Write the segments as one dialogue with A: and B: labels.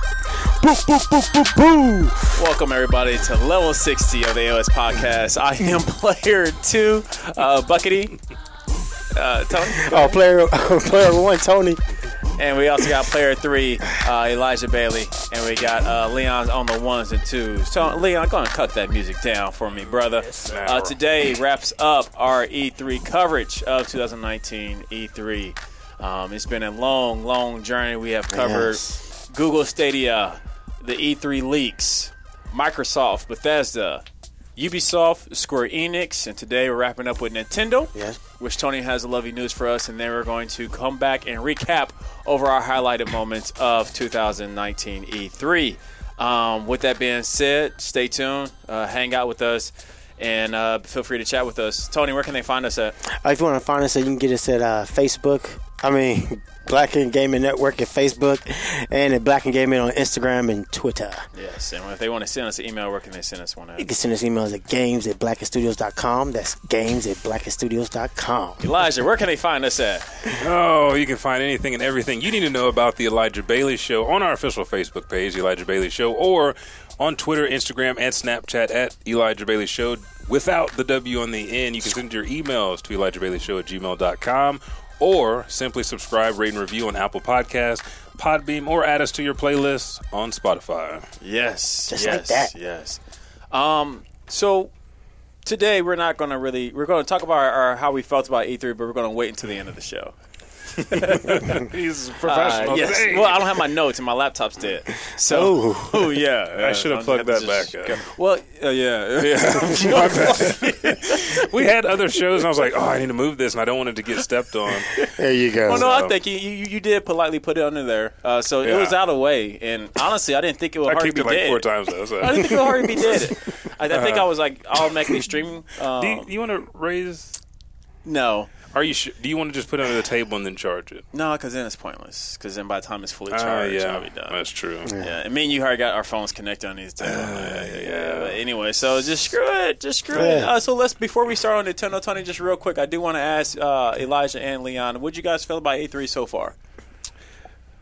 A: Boo, boo, boo, boo, boo.
B: Welcome everybody to level 60 of the AOS podcast. I am player two, uh, Buckety, uh, Tony,
A: Oh, player, player one, Tony.
B: and we also got player three, uh, Elijah Bailey, and we got uh, Leon on the ones and twos. So Leon, go and cut that music down for me, brother. Uh, today wraps up our E3 coverage of 2019 E3. Um, it's been a long, long journey. We have covered
A: Yes.
B: Google Stadia, the E3 leaks, Microsoft, Bethesda, Ubisoft, Square Enix, and today we're wrapping up with Nintendo,
A: Yes.
B: which Tony has lovely news for us, and then we're going to come back and recap over our highlighted moments of 2019 E3. E Um, with that being said, stay tuned, uh, hang out with us, and uh, feel free to chat with us. Tony, where can they find us at?
A: Uh, If you want to find us, you can get us at uh, Facebook. I mean, Black and Gaming Network at Facebook and at Black and Gaming on Instagram and Twitter.
B: Yes, and if they want to send us an email, where can they send us one
A: You
B: at?
A: can send us emails at games at blackandstudios.com. That's games at blackandstudios.com.
B: Elijah, where can they find us at?
C: Oh, you can find anything and everything you need to know about the Elijah Bailey Show on our official Facebook page, The Elijah Bailey Show, or on Twitter, Instagram, and Snapchat at Elijah Bailey Show. Without the W on the end, you can send your emails to Elijah Bailey Show at gmail.com or simply subscribe, rate, and review on Apple Podcasts, Podbeam, or add us to your playlist on Spotify.
B: Yes.
A: Just
B: yes,
A: like that.
B: Yes. Um, so today we're not going to really we're going to talk about our, our- how we felt about E3, but we're going to wait until the end of the show.
C: He's a
B: Uh,
C: professional.
B: yes.
C: Hey.
B: Well, I don't have my notes and my laptop's dead. So, oh yeah,
C: I should have plugged that back up.
B: Well, uh, yeah, yeah.
C: My bad. we had other shows, and I was like, oh, I need to move this, and I don't want it to get stepped on.
A: There you go.
B: Well, no, I
C: So-
B: think you, you you did politely put it under there, uh, so it
C: Yeah.
B: was out of the way. And honestly, I didn't think it would
C: I
B: hardly
C: kicked
B: be
C: it like
B: dead.
C: four times, though. So.
B: I didn't think it would hardly be dead. I, I think I was like automatically streaming. Um,
C: Do you, you want to raise?
B: no,
C: Are you? Sh- do you want to just put it under the table and then charge it?
B: no, because then it's pointless. Because then by the time it's fully
C: Ah,
B: charged,
C: yeah,
B: I'll be done.
C: that's Uh, true.
B: Yeah, and me and you already got our phones connected on these. things. yeah, yeah, yeah. But Uh, anyway, so just screw it, just screw it.
A: Yeah.
B: Uh, so let's before we start on Nintendo, Tony, just real quick, I do want to ask uh, Elijah and Leon, what you guys feel about A3 so far?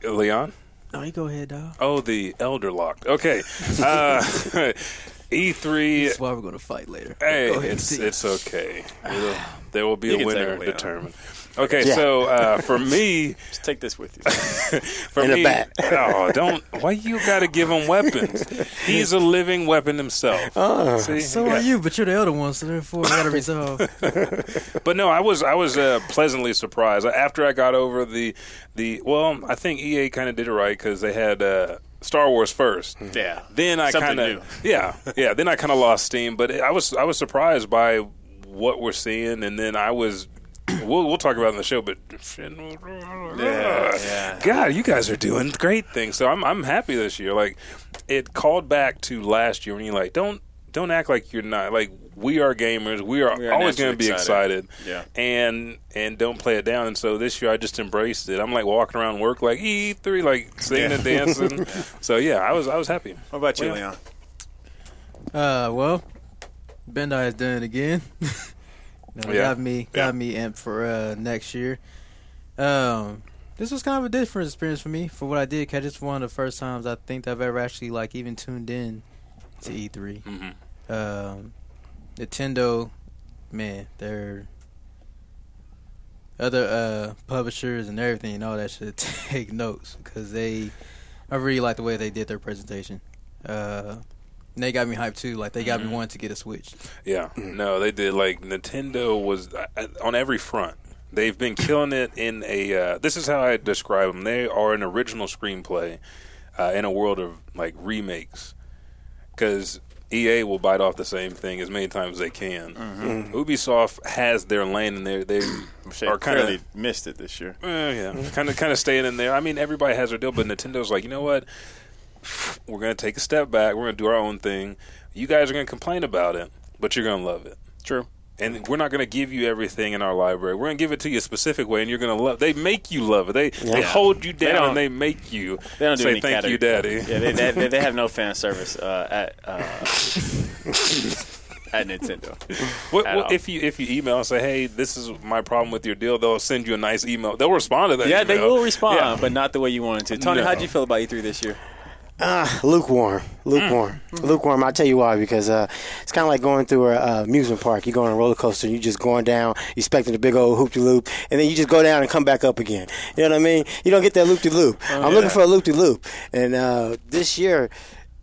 C: Uh, Leon.
B: No, you go ahead, dog.
C: Oh, the Elder Lock. Okay. Uh, E three.
D: That's why we're gonna fight later.
C: Hey,
D: Go ahead,
C: it's
D: Steve.
C: it's okay. It'll- there will be
B: You
C: a
B: can take
C: winner
B: it, Leon.
C: determined. Okay,
A: Yeah.
C: so uh, for me,
B: Just take this with you.
C: for
A: In the
C: me,
A: back.
C: oh, don't. Why you got to give him weapons? He's a living weapon himself.
A: Uh,
C: See,
D: so are you, but you're the other one, so therefore we gotta resolve.
C: But no, I was I was uh, pleasantly surprised after I got over the the. Well, I think EA kind of did it right because they had uh, Star Wars first.
A: Hmm.
B: yeah.
C: Then I
B: Something
C: kind of yeah yeah. Then I kind of lost steam, but I was I was surprised by what we're seeing, and then I was. We'll, we'll talk about it in the show, but
B: yeah.
C: God, you guys are doing great things. So I'm I'm happy this year. Like it called back to last year when you're like, don't don't act like you're not like we are gamers. We are,
B: We are
C: always
B: naturally
C: going to be
B: excited.
C: excited.
B: Yeah.
C: and and don't play it down. And so this year I just embraced it. I'm like walking around work like E three, like singing and dancing. So yeah, I was I was happy.
B: What about you,
C: Well,
B: Leon?
D: Uh, well, Bandai has done it again. You know,
C: Yeah.
D: Got me, got me amped for uh, next year. Um, this was kind of a different experience for me for what I did. Cause it's one of the first times I think I've ever actually like even tuned in to E3.
C: Mhm.
D: Um, Nintendo, man, their other uh, publishers and everything and all that should take notes because they, I really like the way they did their presentation. Uh, and they got me hyped too. Like they got me wanting to get a Switch.
C: Yeah,
B: Mm.
C: no, they did. Like Nintendo was uh, uh, on every front. They've been killing it in a. Uh, this is how I describe them. They are an original screenplay uh, in a world of like remakes, because EA will bite off the same thing as many times as they can. Ubisoft has their lane, and they they
B: Mm-hmm. Shit,
C: are kind
B: clearly
C: of.
B: missed it this year.
C: Eh, yeah,
B: Mm-hmm.
C: kind of, kind of staying in there. I mean, everybody has their deal, but Nintendo's like, you know what? We're gonna take a step back. We're gonna do our own thing. You guys are gonna complain about it, but you're gonna love it
B: True.
C: and we're not going to give you everything in our library. We're going to give it to you a specific way, and you're going to love. They make you love it. They they
B: Yeah.
C: hold you down
B: don't-
C: and they make you
B: They don't do
C: say
B: any
C: thank
B: category-
C: you, daddy.
B: Yeah, they, they, they, they have no fan service uh, at uh, at Nintendo.
C: What,
B: at
C: what-
B: all.
C: if you if you email and say, hey, this is my problem with your deal, they'll send you a nice email. They'll respond to that.
B: Yeah, they
C: email.
B: will respond,
C: Yeah.
B: but not the way you wanted to. Tony,
C: No.
B: how'd you feel about E3 this year?
A: Uh, lukewarm, lukewarm, lukewarm. I'll tell you why because uh, it's kind of like going through a uh, amusement park. You go on a roller coaster, and you just going down, you expecting a big old hoop de loop, and then you just go down and come back up again. You know what I mean? You don't get that loop de loop. I'm looking for a loop de loop, and uh, this year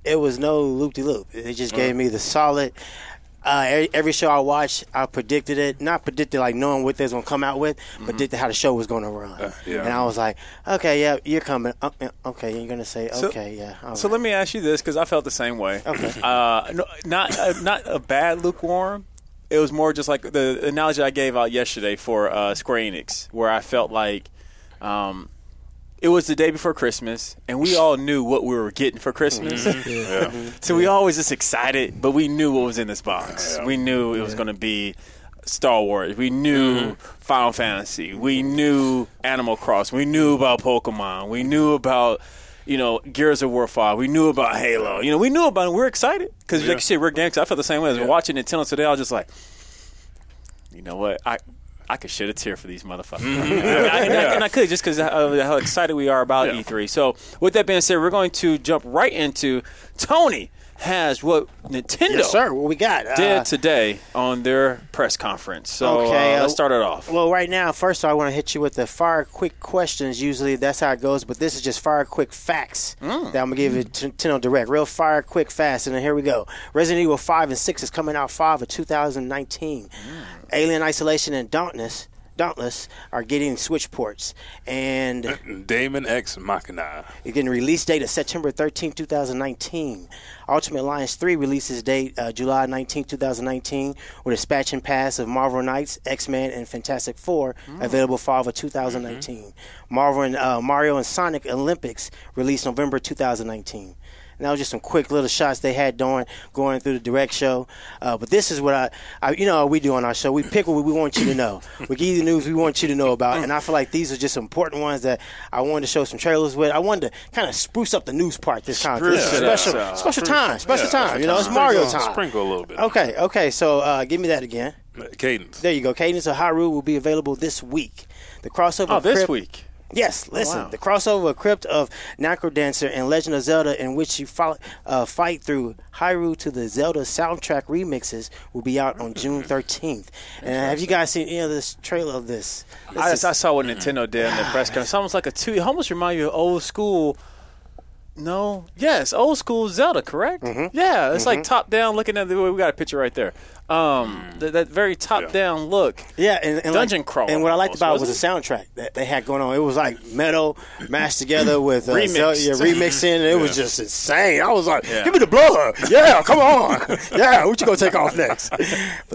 A: it was no loop de loop. It just gave me the solid. Uh, every, every show I watched, I predicted it. Not predicted like knowing what they was gonna come out with, predicted how the show was gonna run.
C: yeah.
A: And I was like, okay, yeah, you're coming. Uh, uh, okay, you're gonna say,
B: So-
A: okay, yeah. all
B: So
A: right.
B: let me ask you this because I felt the same way.
A: Okay.
B: Uh, no, not uh, not a bad lukewarm. It was more just like the analogy I gave out yesterday for uh, Square Enix, where I felt like um, it was the day before Christmas, and we all knew what we were getting for Christmas. So we always just excited, but we knew what was in this box. We knew it was going to be Star Wars. We knew Final Fantasy. We knew Animal Cross. We knew about Pokemon. We knew about you know Gears of War Five. We knew about Halo. You know, we knew about it. We are excited because like you said, we're games. I felt the same way as watching Nintendo today. I was just like, you know what, I. I could shed a tear for these motherfuckers. Mm-hmm. And, I, and I- and I could just because uh, how excited we are about
C: Yeah.
B: E3. So, with that being said, we're going to jump right into Tony has what Nintendo
A: Yes, sir. What we got?
B: did
A: Uh,
B: today on their press conference. So,
A: Okay,
B: uh,
A: uh,
B: let's start it off.
A: well, right now, first of all, I want to hit you with the fire quick questions. Usually that's how it goes, but this is just fire quick facts
B: Mm.
A: that I'm going to give you to Nintendo Direct. Real fire quick fast. And then here we go Resident Evil 5 and 6 is coming out 5 of 2019.
B: Mm.
A: Alien Isolation and Dauntless. Dauntless are getting Switch ports, and
C: Damon X Machina.
A: you're getting release date of September 13, 2019. Ultimate Alliance 3 releases date uh, July 19, 2019, with a expansion pass of Marvel Knights, X-Men, and Fantastic Four available fall of 2019. Marvel and uh, Mario and Sonic Olympics released November 2019. And that was just some quick little shots they had doing going through the direct show. Uh, but this is what I, I, you know, we do on our show. We pick what we want you to know. We give you the news we want you to know about. And I feel like these are just important ones that I wanted to show some trailers with. I wanted to kind of spruce up the news part this time. 'cause it's
C: Spruce it up.
A: special,
B: Uh,
A: special time, special time. you know, it's Mario
C: Sprinkle-
A: time.
C: Sprinkle a little bit.
A: Okay, okay. So uh, give me that again.
C: Cadence.
A: There you go. Cadence of Hyrule will be available this week. The crossover.
B: oh, this
A: Crypt-
B: week.
A: Yes, listen.
B: Oh, wow.
A: The crossover of Crypt of Necro Dancer and Legend of Zelda, in which you fo- uh, fight through Hyrule to the Zelda soundtrack remixes, will be out on June
B: Mm-hmm.
A: 13th. And have you guys seen any of this trailer of this? This
B: I,
A: is-
B: I saw what Nintendo did in the press conference. It's almost like a two. It almost remind you of old school. No, yes, old school Zelda, correct?
A: Mm-hmm.
B: Yeah, it's like top down looking at the. We got a picture right there. Um,
A: Mm.
B: th- that very top down look.
A: yeah, and, and like-
B: Dungeon Crawler
A: And what I liked
B: almost,
A: about it was
B: wasn't
A: the soundtrack that they had going on. It was like metal mashed together with uh,
B: Remixed.
A: Zelda, yeah, remixing. And it was just insane. I was like,
B: Yeah.
A: give me the blood. Yeah, come on. yeah, what you going to take off next? but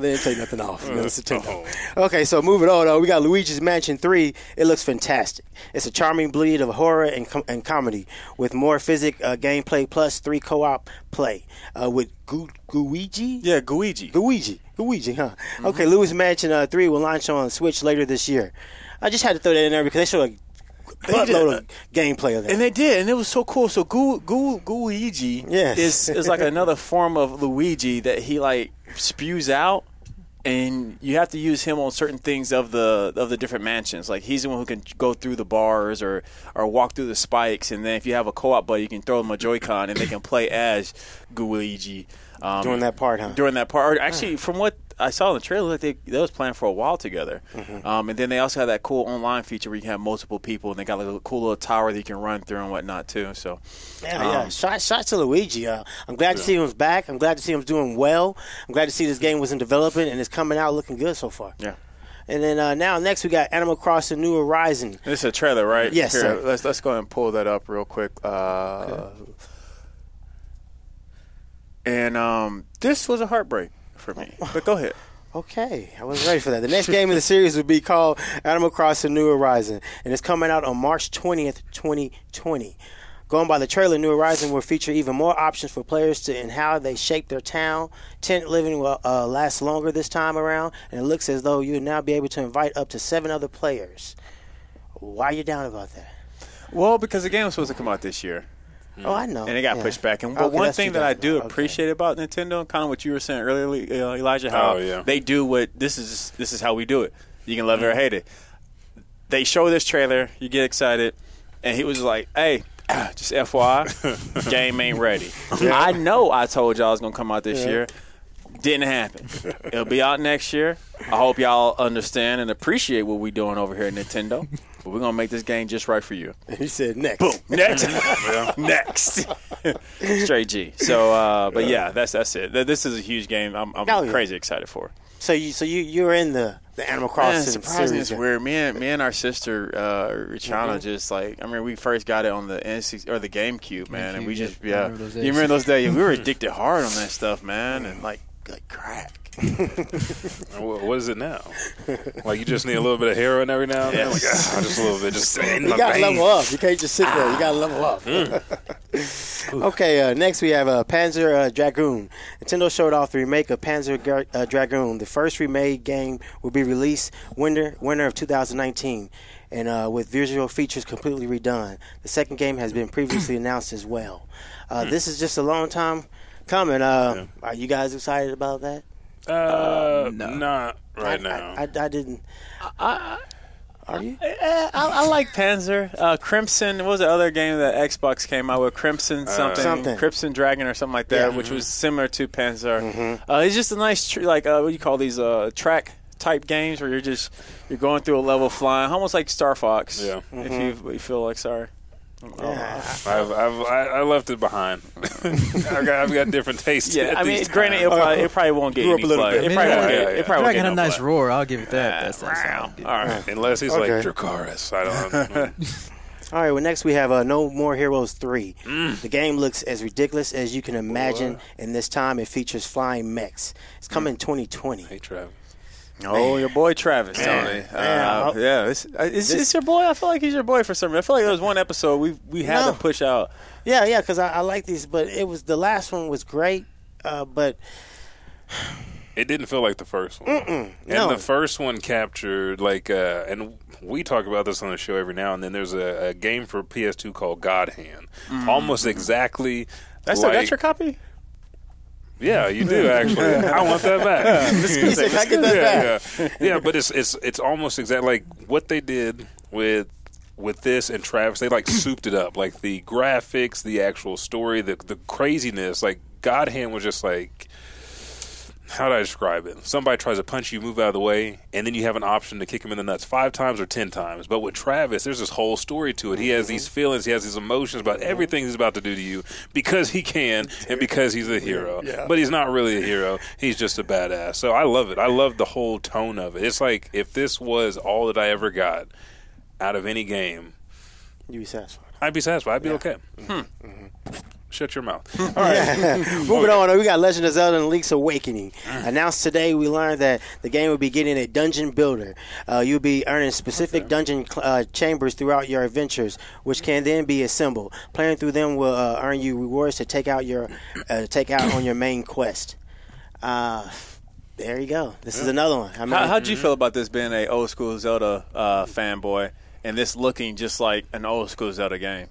A: they didn't take nothing off. You know, it's Nintendo. Okay, so moving on. Uh, we got Luigi's Mansion 3. It looks fantastic. It's a charming bleed of horror and, com- and comedy with more physic uh, gameplay plus three co op play uh, with Gu- Guigi.
B: Yeah, Guiji.
A: Luigi. Luigi, huh? Okay, Luigi's Mansion uh, 3 will launch on Switch later this year. I just had to throw that in there because they showed a buttload of gameplay of that.
B: And they did, and it was so cool. So Gu Gu Guigi
A: Yes.
B: is is like another form of Luigi that he like spews out, and you have to use him on certain things of the of the different mansions. Like he's the one who can go through the bars or or walk through the spikes, and then if you have a co-op buddy, you can throw them a Joy-Con, and they can play as Guigi. Um,
A: Doing that part, huh?
B: during that part. Or actually,
A: Mm.
B: from what I saw in the trailer, like they, they was playing for a while together.
A: Mm-hmm.
B: Um, and then they also had that cool online feature where you can have multiple people, and they got like a cool little tower that you can run through and whatnot too. So
A: Yeah, yeah. Shout, shout to Luigi. Uh, I'm glad to see him back. I'm glad to see him doing well. I'm glad to see this game was in development and it's coming out looking good so far.
B: yeah,
A: And then uh, now next we got Animal Crossing New Horizon.
B: this is a trailer, right?
A: Yes,
B: Here,
A: sir.
B: Let's let's go and pull that up real quick. Uh, And um, this was a heartbreak for me. But go ahead.
A: Okay, I was ready for that. The next game in the series will be called Animal Crossing New Horizon, and it's coming out on March 20th, 2020. Going by the trailer, New Horizon will feature even more options for players to and how they shape their town. Tent living will uh, last longer this time around, and it looks as though you'll now be able to invite up to seven other players. Why are you down about that?
B: Well, because the game was supposed to come out this year.
A: Oh, I know.
B: Hmm. and it got
A: Yeah.
B: pushed back. And but
A: Okay,
B: one
A: that's
B: thing
A: what
B: that I
A: that-
B: do
A: okay.
B: appreciate about Nintendo, kind of what you were saying earlier, Le- uh, Elijah, how
C: Oh, yeah. Mm-hmm.
B: they do what this is. This is how we do it. You can love it or hate it. They show this trailer, you get excited, and he was like, "Hey, just FYI, game ain't ready. I know I told y'all it's gonna come out this year. Didn't happen. It'll be out next year. I hope y'all understand and appreciate what we're doing over here at Nintendo. But we're gonna make this game just right for you.
A: He said next.
B: Boom. Next. Next. Straight G. So, uh, but yeah, that's that's it. Th- This is a huge game. I'm, I'm
A: Hell yeah.
B: crazy excited for. it.
A: So you so you you're in the the Animal
B: Man,
A: Crossing
B: surprising.
A: series.
B: It's weird. Me and me and our sister uh, Richana
D: Mm-hmm.
B: just like I mean we first got it on the N6 or the GameCube man, and we
D: GameCube,
B: just
D: yeah. I
B: yeah.
D: remember those
B: you remember those days? we were addicted hard on that stuff, man, and like like crack.
C: Wha- What is it now? Like you just need a little bit of heroin every now and then. Like,
B: Yes.
C: ah, just a little bit, just in
A: You
C: my
A: gotta
C: veins.
A: level up. You can't just sit there. You gotta level up.
C: Mm.
A: okay, uh, next we have uh, Panzer uh, Dragoon. Nintendo showed off the remake of Panzer Gar- uh, Dragoon. The first remade game will be released winter winter of 2019, and uh, with visual features completely redone. The second game has been previously announced as well. Uh,
C: Hmm.
A: This is just a long time coming. Uh, Are you guys excited about that?
C: Uh,
D: no.
C: Not right
A: I-
C: now.
A: I, I, I didn't. are you?
B: I, Eh, I like Panzer uh, Crimson. What was the other game that Xbox came out with? Crimson something,
A: Uh, Something.
B: Crimson Dragon or something like that,
A: Yeah. Mm-hmm.
B: which was similar to Panzer. Uh, it's just a nice tr- like uh, what do you call these uh, track type games where you're just you're going through a level flying, almost like Star Fox.
C: Yeah.
B: If you, you feel like sorry.
A: Mm-hmm. Yeah.
C: I've, I've I, I left it behind. I've, got, I've got different tastes.
B: Yeah,
C: at
B: I mean,
C: these
B: granted, it
C: times.
B: probably, it probably won't get
A: Uh, Grew up
B: any
A: a little
B: play.
A: bit.
B: It probably
C: Yeah,
B: won't
C: yeah,
B: get.
C: yeah.
B: It probably
D: I
B: won't
D: got
B: get
D: a Ah,
B: no
D: nice
B: play.
D: roar. I'll give it that. That's that sound.
B: All right.
C: unless he's like
A: Okay.
C: Dracaris. I don't. know.
A: All right. Well, next we have uh, No More Heroes Three. The game looks as ridiculous as you can imagine, and this time it features flying mechs. It's coming 2020.
C: hey, Travis.
B: Oh, your boy Travis,
A: Man.
B: Tony.
A: Man,
B: Uh,
A: I'll-
B: yeah, it's, it's, it's your boy. I feel like he's your boy for some reason. I feel like there was one episode we we had
A: No.
B: to push out.
A: Yeah, yeah. Because I, I like these, but it was the last one was great, uh, but
C: It didn't feel like the first one. and
A: no.
C: the first one captured like, uh, and we talk about this on the show every now and then. There's a, a game for PS2 called God Hand, almost exactly.
B: I still got
C: like,
B: your copy.
C: Yeah, you do actually. I want that back.
A: He said, "Can I get that
C: yeah, Yeah. yeah, but it's it's it's almost exactly like what they did with with this and Travis. They like souped it up, like the graphics, the actual story, the the craziness. Like God Hand was just like. How do I describe it? Somebody tries to punch you, move out of the way, and then you have an option to kick him in the nuts five times or ten times. But with Travis, there's this whole story to it. He has these feelings, he has these emotions about everything he's about to do to you because he can and because he's a hero. But he's not really a hero. He's just a badass. So I love it. I love the whole tone of it. It's like if this was all that I ever got out of any game,
A: you be satisfied.
C: I'd be satisfied. I'd be okay. Shut your mouth. All right.
A: Moving on, we got Legend of Zelda and Link's Awakening.
B: Mm.
A: Announced today, we learned that the game will be getting a dungeon builder. Uh, you'll be earning specific dungeon cl- uh, chambers throughout your adventures, which can then be assembled. Playing through them will uh, earn you rewards to take out your uh, take out on your main quest. Uh, there you go. This is another one. I mean,
B: How, how'd you feel about this being a old school Zelda uh, fanboy and this looking just like an old school Zelda game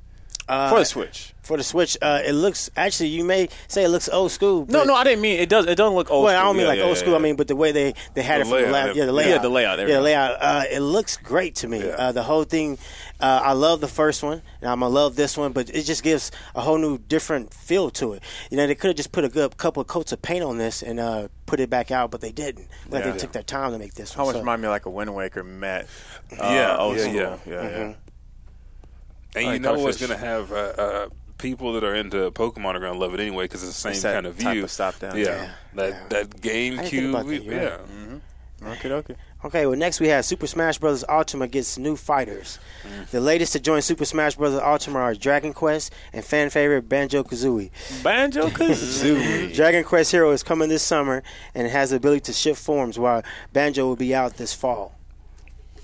A: Uh,
B: for the Switch?
A: for the Switch, uh, it looks actually you may say it looks old school.
B: No,
A: but-
B: no, I didn't mean it. Does it doesn't look old?
A: Well,
B: school.
A: I don't mean
B: Yeah,
A: like
B: yeah,
A: old
B: yeah,
A: school.
B: yeah.
A: I mean, but the way they, they had
C: The
A: it from the
C: layout,
A: layout, yeah, the
C: yeah,
A: layout,
B: the layout, there we
A: yeah, the
B: go.
A: layout. Uh, it looks great to me. Uh, the whole thing. Uh, I love the first one, and I'm gonna love this one, but it just gives a whole new different feel to it. You know, they could have just put a good couple of coats of paint on this and uh, put it back out, but they didn't. Like
B: Yeah.
A: they took their time to make this.
B: How
A: one,
B: much
A: so-
B: remind me of, like a Wind Waker met? Uh,
C: Yeah,
B: old
C: yeah,
B: school.
C: yeah.
B: yeah.
A: Mm-hmm.
C: And
B: All
C: you
B: right,
C: know what's
B: Cuttlefish.
C: going to have uh, uh, people that are into Pokemon are going to love it anyway because it's the same
B: It's that
C: kind of
B: type
C: view.
B: of stop down.
C: Yeah,
A: Yeah.
C: that
A: Yeah.
C: that
A: I didn't think about
C: GameCube.
A: that, you're
C: yeah, Mm-hmm.
A: right.
B: Okay, okay.
A: Okay, well, next we have Super Smash Bros. Ultima gets new fighters.
B: Mm.
A: The latest to join Super Smash Bros. Ultima are Dragon Quest and fan favorite Banjo Kazooie.
B: Banjo Kazooie.
A: Dragon Quest Hero is coming this summer and has the ability to shift forms, while Banjo will be out this fall.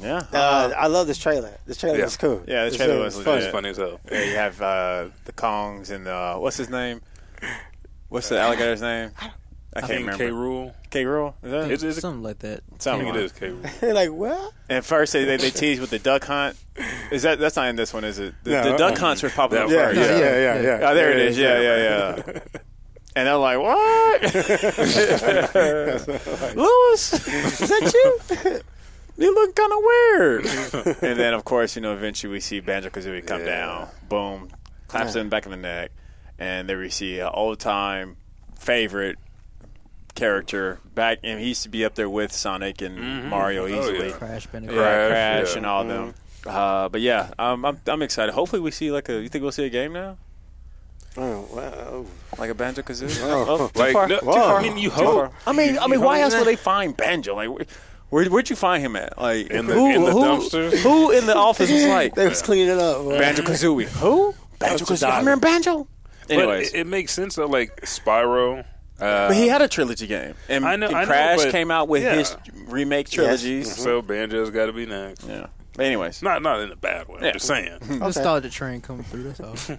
B: yeah.
A: Uh, I love this trailer. This trailer
C: Yeah.
A: was cool.
B: Yeah, the
A: This
B: trailer was
A: fun.
B: legit.
C: it's funny as hell.
B: Yeah, you have uh, the Kongs and the uh, what's his name? What's the alligator's name? I can't
C: King K.
B: remember.
C: Rule.
B: K. Rule. Is that
C: Is, is it?
D: Something like that.
C: I
B: Something
C: think
B: like
C: it is
B: that.
C: K. Rule.
A: They're like, what?
B: And first they, they, they tease with the duck hunt. Is that that's not in this one, is it? The, the
A: No.
B: duck hunts were popping up
C: Yeah,
B: uh-uh. first.
D: yeah, yeah,
B: Oh, there it is. Yeah, yeah, yeah. And they're like, "What, Lewis? Is that you? you look kind of weird." and then, of course, you know, eventually we see Banjo Kazooie come
C: Yeah.
B: down. Boom, claps them back in the neck, and there we see an old time favorite character back, and he used to be up there with Sonic and Mario
C: Oh,
B: easily.
C: yeah.
D: Crash Bandicoot.
B: Yeah, Crash,
C: Crash, yeah. Mm-hmm.
B: and all them. Uh, but yeah, um, I'm I'm excited. Hopefully, we see like a. You think we'll see a game now,
A: Oh, wow.
B: like a Banjo Kazooie?
A: Oh.
B: too far.
C: no,
B: too
C: too far. I mean, you hope.
B: I mean, I mean,
A: hope
B: why else
A: not.
B: would they find Banjo? Like, where, where would you find him at? Like,
C: In the- in the
B: who,
C: dumpster?
B: Who in the office was like
A: They was cleaning it up. boy.
B: Banjo Kazooie? Who? Banjo Kazooie. I remember Banjo.
C: But
B: Anyways,
C: it, it makes sense though. Like Spyro. Uh,
B: but he had a trilogy game, and,
C: I know-
B: and
C: I know,
B: Crash
C: but-
B: came out with
C: yeah.
B: his remake trilogies.
C: so banjo's got to be next.
B: Yeah. But anyways,
C: Mm-hmm. Not not in a bad way.
B: Yeah.
C: I'm just saying.
D: Nostalgia train coming through. That's all.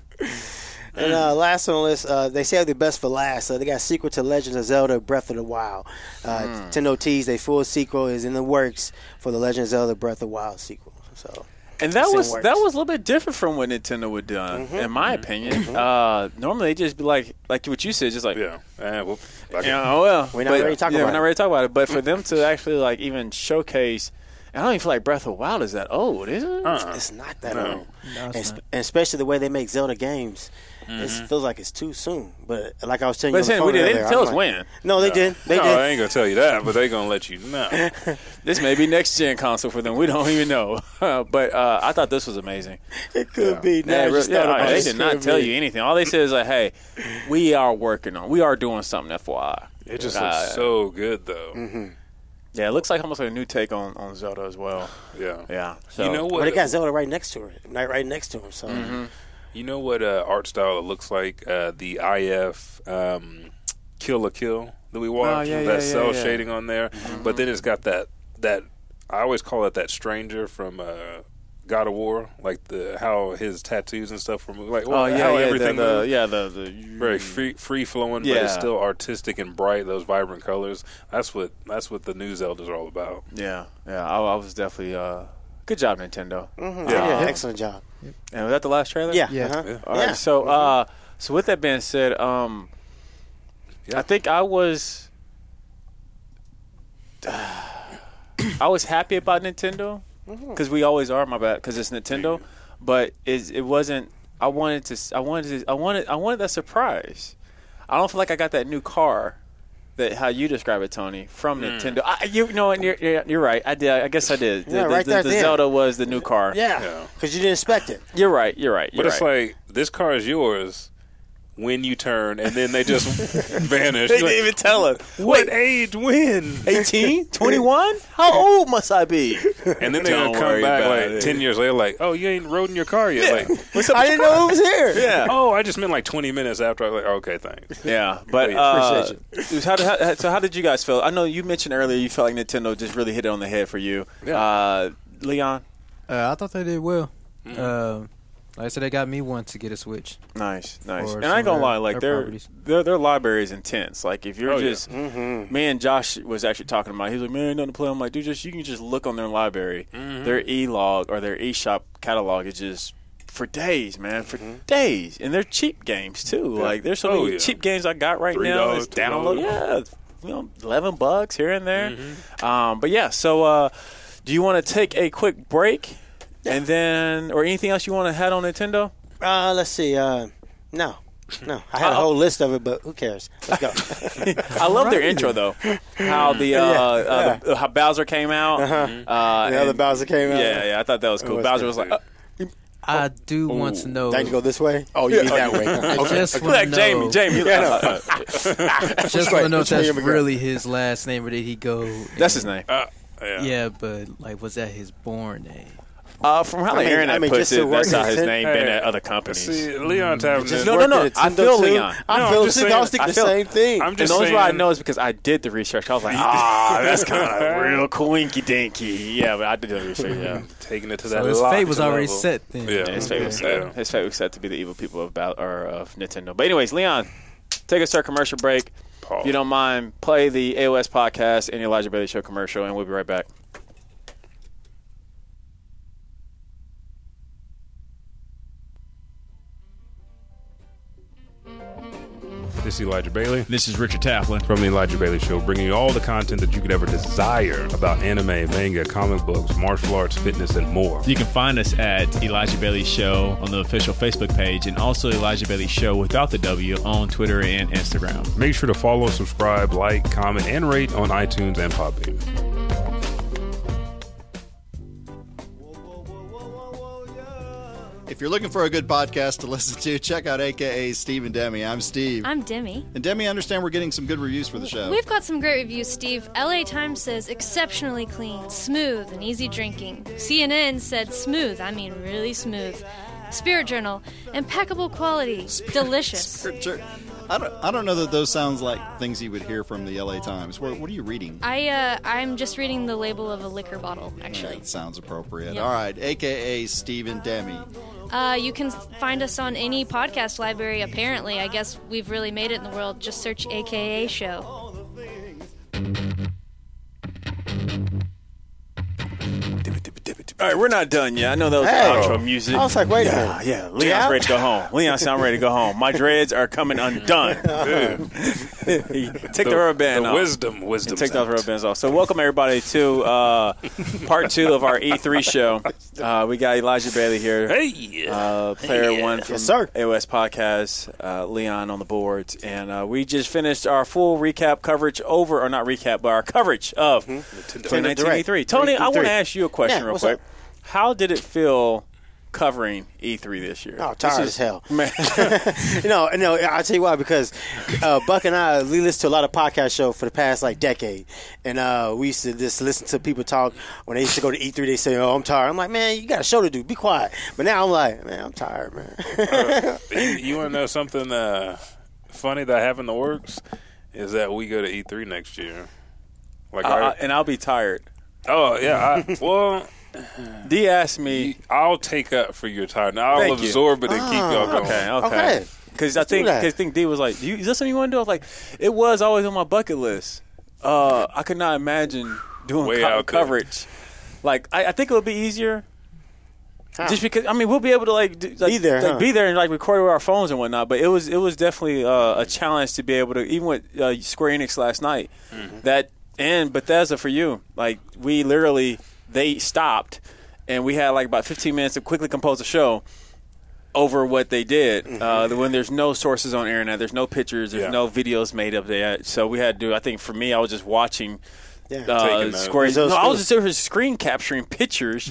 A: And uh, last on the list, uh, they save the best for last. So they got sequel to Legend of Zelda: Breath of the Wild. Uh, Nintendo teased a full sequel is in the works for the Legend of Zelda: Breath of the Wild sequel. So
B: and that
A: Same
B: was
A: works.
B: that was a little bit different from what Nintendo would done,
C: Mm-hmm.
B: in my opinion. Uh, normally, they just be like, like what you said, just like,
C: yeah. Eh, well, like-
B: Yeah, oh well.
A: We're not ready to talk
B: yeah,
A: about
B: we're not
A: it.
B: ready to talk about it. But for them to actually like even showcase, and I don't even feel like Breath of the Wild is that old, is it?
C: Uh-uh.
A: it's not that
C: No.
A: old,
D: No, it's
A: and, sp-
D: not.
A: and especially the way they make Zelda games. It feels like it's too soon. But like I was telling
B: Mm-hmm. But
A: you,
B: saying, we
A: on the phone
B: did, they
A: earlier,
B: didn't tell
A: I'm
B: us
A: like-
B: when.
A: No, they did. They
C: no,
A: did.
C: I ain't gonna tell you that, but they gonna let you know.
B: This may be next gen console for them. We don't even know. but uh, I thought this was amazing.
A: It could be. Now
B: Yeah,
A: I just
B: yeah,
A: thought about
B: they
A: it.
B: did not
A: Could
B: tell
A: be.
B: you anything. All they said is like, "Hey, we are working on. We are doing something." FYI,
C: It just
B: Uh,
C: looks so good though.
B: yeah, it looks like almost like a new take on, on Zelda as well.
C: Yeah.
B: Yeah, so,
C: You know
A: But
C: what?
A: they got Zelda right next to it, right, right next to him. So
B: Mm-hmm.
C: You know what uh, art style it looks like? Uh, the IF um, Kill a Kill that we watched.
B: Oh, yeah,
C: that
B: yeah, yeah,
C: cell
B: yeah. Mm-hmm.
C: shading on there. But then it's got that that I always call it that stranger from uh, God of War, like the how his tattoos and stuff were moved. Like well,
B: Oh yeah,
C: how
B: yeah,
C: everything
B: the, the-
C: moved.
B: yeah, the, the
C: Very free, free flowing, but
B: Yeah.
C: it's still artistic and bright. Those vibrant colors. That's what that's what the new Zeldas are all about.
B: Yeah, yeah. I, I was definitely uh, good job, Nintendo.
A: Mhm.
C: Yeah.
A: Yeah, excellent job.
B: And was that the last trailer?
A: Yeah,
D: Yeah.
A: uh-huh.
C: Yeah.
B: All right.
A: Yeah.
B: So, uh, so with that being said, um,
C: Yeah.
B: I think I was, I was happy about Nintendo
A: Mm-hmm.
B: because we always are. My bad, because it's Nintendo, but it it wasn't. I wanted to. s- I wanted to. I wanted. I wanted that surprise. I don't feel like I got that new car. That how you describe it, Tony, from
C: Mm.
B: Nintendo. I, you know, and you're, you're, you're right. I did. I guess I did. The-
A: Yeah,
B: the,
A: right
B: the-
A: there at
B: the
A: the end.
B: Zelda was the new car.
A: Yeah,
C: Yeah.
A: because you didn't expect it.
B: you're right. You're right. You're
C: But it's
B: right.
C: like this car is yours when you turn, and then they just vanish.
B: they
C: You're like,
B: didn't even tell us.
C: What age? When?
B: 18? 21? How old must I be?
C: And then they're
B: Don't
C: gonna
B: worry
C: come back
B: about
C: like
B: it.
C: ten years later, like, oh, you ain't rode in your car yet. Like,
B: What's up
A: I didn't know it was here.
B: Yeah.
C: oh, I just meant like twenty minutes after. I was like, okay, thanks.
B: Yeah, but
C: Wait,
B: uh, how, did- how, so how did you guys feel? I know you mentioned earlier you felt like Nintendo just really hit it on the head for you.
C: Yeah.
B: Uh, Leon?
D: Uh, I thought they did well.
B: Mm.
D: Um, like I said, they got me one to get a Switch.
B: Nice, nice.
D: Or
B: And I ain't gonna
D: some
B: lie,
D: of
B: like
D: their
B: their
D: properties.
B: their their library is intense. Like if you're
C: Oh, yeah.
B: just
A: Mm-hmm.
B: me and Josh was actually talking about, it. he was like, "Man, ain't nothing to play." I'm like, "Dude, just you can just look on their library.
C: Mm-hmm.
B: Their e log or their e shop catalog is just for days, man, for days. And they're cheap games too. Like there's so
C: Oh,
B: many
C: Mm-hmm. yeah.
B: cheap games I got right
C: Three
B: now.
C: dollars,
B: It's
C: two
B: download,
C: dollars. Mm-hmm.
B: yeah, it's, you know, eleven bucks here and there. Um, but yeah, so uh, do you want to take a quick break? And then, or anything else you want to add on Nintendo?
A: Uh, let's see. Uh, no, no. I had a whole list of it, but who cares? Let's go. Uh-huh.
B: I love their intro though. How the, uh, uh, the how Bowser came out. Uh-huh. Uh,
A: the other
B: and-
A: Bowser came out.
B: Yeah, yeah, I thought that was cool.
A: was
B: Bowser
A: good,
B: was like, uh,
D: I do want to know.
A: Now you go this way. Oh, you mean that way?
D: I just want to
B: like
D: know.
B: Jamie, Jamie. uh, uh,
D: Just want
A: way-
D: to know
A: which way
D: if that's
A: you would go?
D: really his last name or did he go?
B: that's his name.
C: Uh, yeah.
D: Yeah, but like, was that his born name?
B: Uh, from how
A: I mean-
B: Aaron
A: I
B: that
A: mean,
B: puts
A: just to
B: it, that's
A: work
B: how his
A: it-
B: name been
C: Hey.
B: at other companies.
C: See,
D: Mm.
C: Leon's having this.
B: No, no,
A: Worked
B: no,
A: at
B: I
A: Nintendo
B: feel
A: too.
B: Leon.
A: I
C: No, I'm
A: feel
C: just
A: Leon.
C: saying-
A: I was thinking
B: I
A: the
B: feel-
A: same thing.
C: I'm
B: and
C: just
B: the only reason why I
C: saying-
B: know is because I did the research. I was like, ah, that's kind of real coinky dinky. Yeah, but I did the research. Yeah,
C: taking it to that.
D: So his fate was
C: locked
D: already
C: level.
D: set then.
C: Yeah.
B: And his fate was
C: Yeah.
B: set. His fate was set to be the evil people of Bow- or of Nintendo. But anyways, Leon, take us to our commercial break.
C: Paul.
B: If you don't mind, play the AOS podcast and the Elijah Bailey Show commercial, and we'll be right back.
C: This is Elijah Bailey
E: This is Richard Taflin.
C: from the Elijah Bailey Show, bringing you all the content that you could ever desire about anime, manga, comic books, martial arts, fitness, and more.
E: You can find us at Elijah Bailey Show on the official Facebook page and also Elijah Bailey Show without the W on Twitter and Instagram.
C: Make sure to follow, subscribe, like, comment, and rate on iTunes and Podbean.
F: If you're looking for a good podcast to listen to, check out AKA Steve and Demi. I'm Steve.
G: I'm Demi.
F: and Demi, I understand we're getting some good reviews for the show.
G: We've got some great reviews, Steve. LA Times says exceptionally clean, smooth, and easy drinking. CNN said smooth, I mean really smooth. Spirit Journal, impeccable quality, delicious.
F: Sure. I don't, I don't know that those sounds like things you would hear from the LA Times. What, what are you reading?
G: I uh, I'm just reading the label of a liquor bottle, actually.
F: That sounds appropriate.
G: Yeah.
F: All right, AKA Steve and Demi.
G: Uh, you can find us on any podcast library. Apparently, I guess we've really made it in the world. Just search AKA Show.
B: All right, we're not done yet. I know that was
A: Hey.
B: outro music.
A: I was like, wait a
B: yeah,
A: minute.
B: yeah.
A: We
B: Leon's
A: out?
B: ready to go home. Leon said, I'm ready to go home. My dreads are coming undone. He Take the, rubber band
C: the
B: off.
C: wisdom, wisdom.
B: And take those rubber bands off. So welcome everybody to uh, part two of our E3 show. Uh, we got Elijah Bailey here,
C: Hey,
B: uh, player one from
A: Yes, sir.
B: AOS Podcast, uh, Leon on the boards, and uh, we just finished our full recap coverage over, or not recap, but our coverage of
A: Mm-hmm.
B: 2019
A: Direct.
B: E3. Tony, I want
A: E3.
B: to ask you a question
A: E Yeah,
B: real
A: what's
B: quick.
A: up?
B: How did it feel covering E3 this year?
A: Oh,
B: This
A: tired
B: is-
A: as hell.
B: Man,
A: no, no, I'll tell you why. Because uh, Buck and I, we listen to a lot of podcast show for the past like decade, and uh, we used to just listen to people talk. When they used to go to E3, they say, "Oh, I'm tired." I'm like, "Man, you got a show to do. Be quiet." But now I'm like, "Man, I'm tired, man."
C: you, want to know something uh, funny that happened in the works? Is that we go to E3 next year? Like,
B: I- I-
C: our,
B: and I'll be tired.
C: oh yeah, I, well,
B: D asked me.
C: I'll take up for your time. Now I'll
B: Thank you. Ah,
C: absorb it and keep y'all going.
B: Okay, okay.
A: Okay.
B: Because I
A: do
B: think
A: that.
B: because think D was like, "Do you, is this something you want to do? I was like, it was always on my bucket list. Uh, I could not imagine doing
C: Way
B: co-
C: out there.
B: coverage. Like, I, I think it would be easier. Just because I mean we'll be able to like, do, like
A: Be there,
B: like
A: huh?
B: be there and like record with our phones and whatnot. But it was it was definitely uh, a challenge to be able to even with uh, Square Enix last night. That and Bethesda for you, like we literally they stopped and we had like about 15 minutes to quickly compose a show over what they did. Uh, when there's no sources on internet, there's no pictures, there's
C: Yeah.
B: no videos made up there. So we had to. do I think for me, I was just watching.
A: Yeah.
B: uh,
C: Taking notes.
B: Square.
A: Those
B: No, I was
A: things.
B: just there was screen capturing pictures.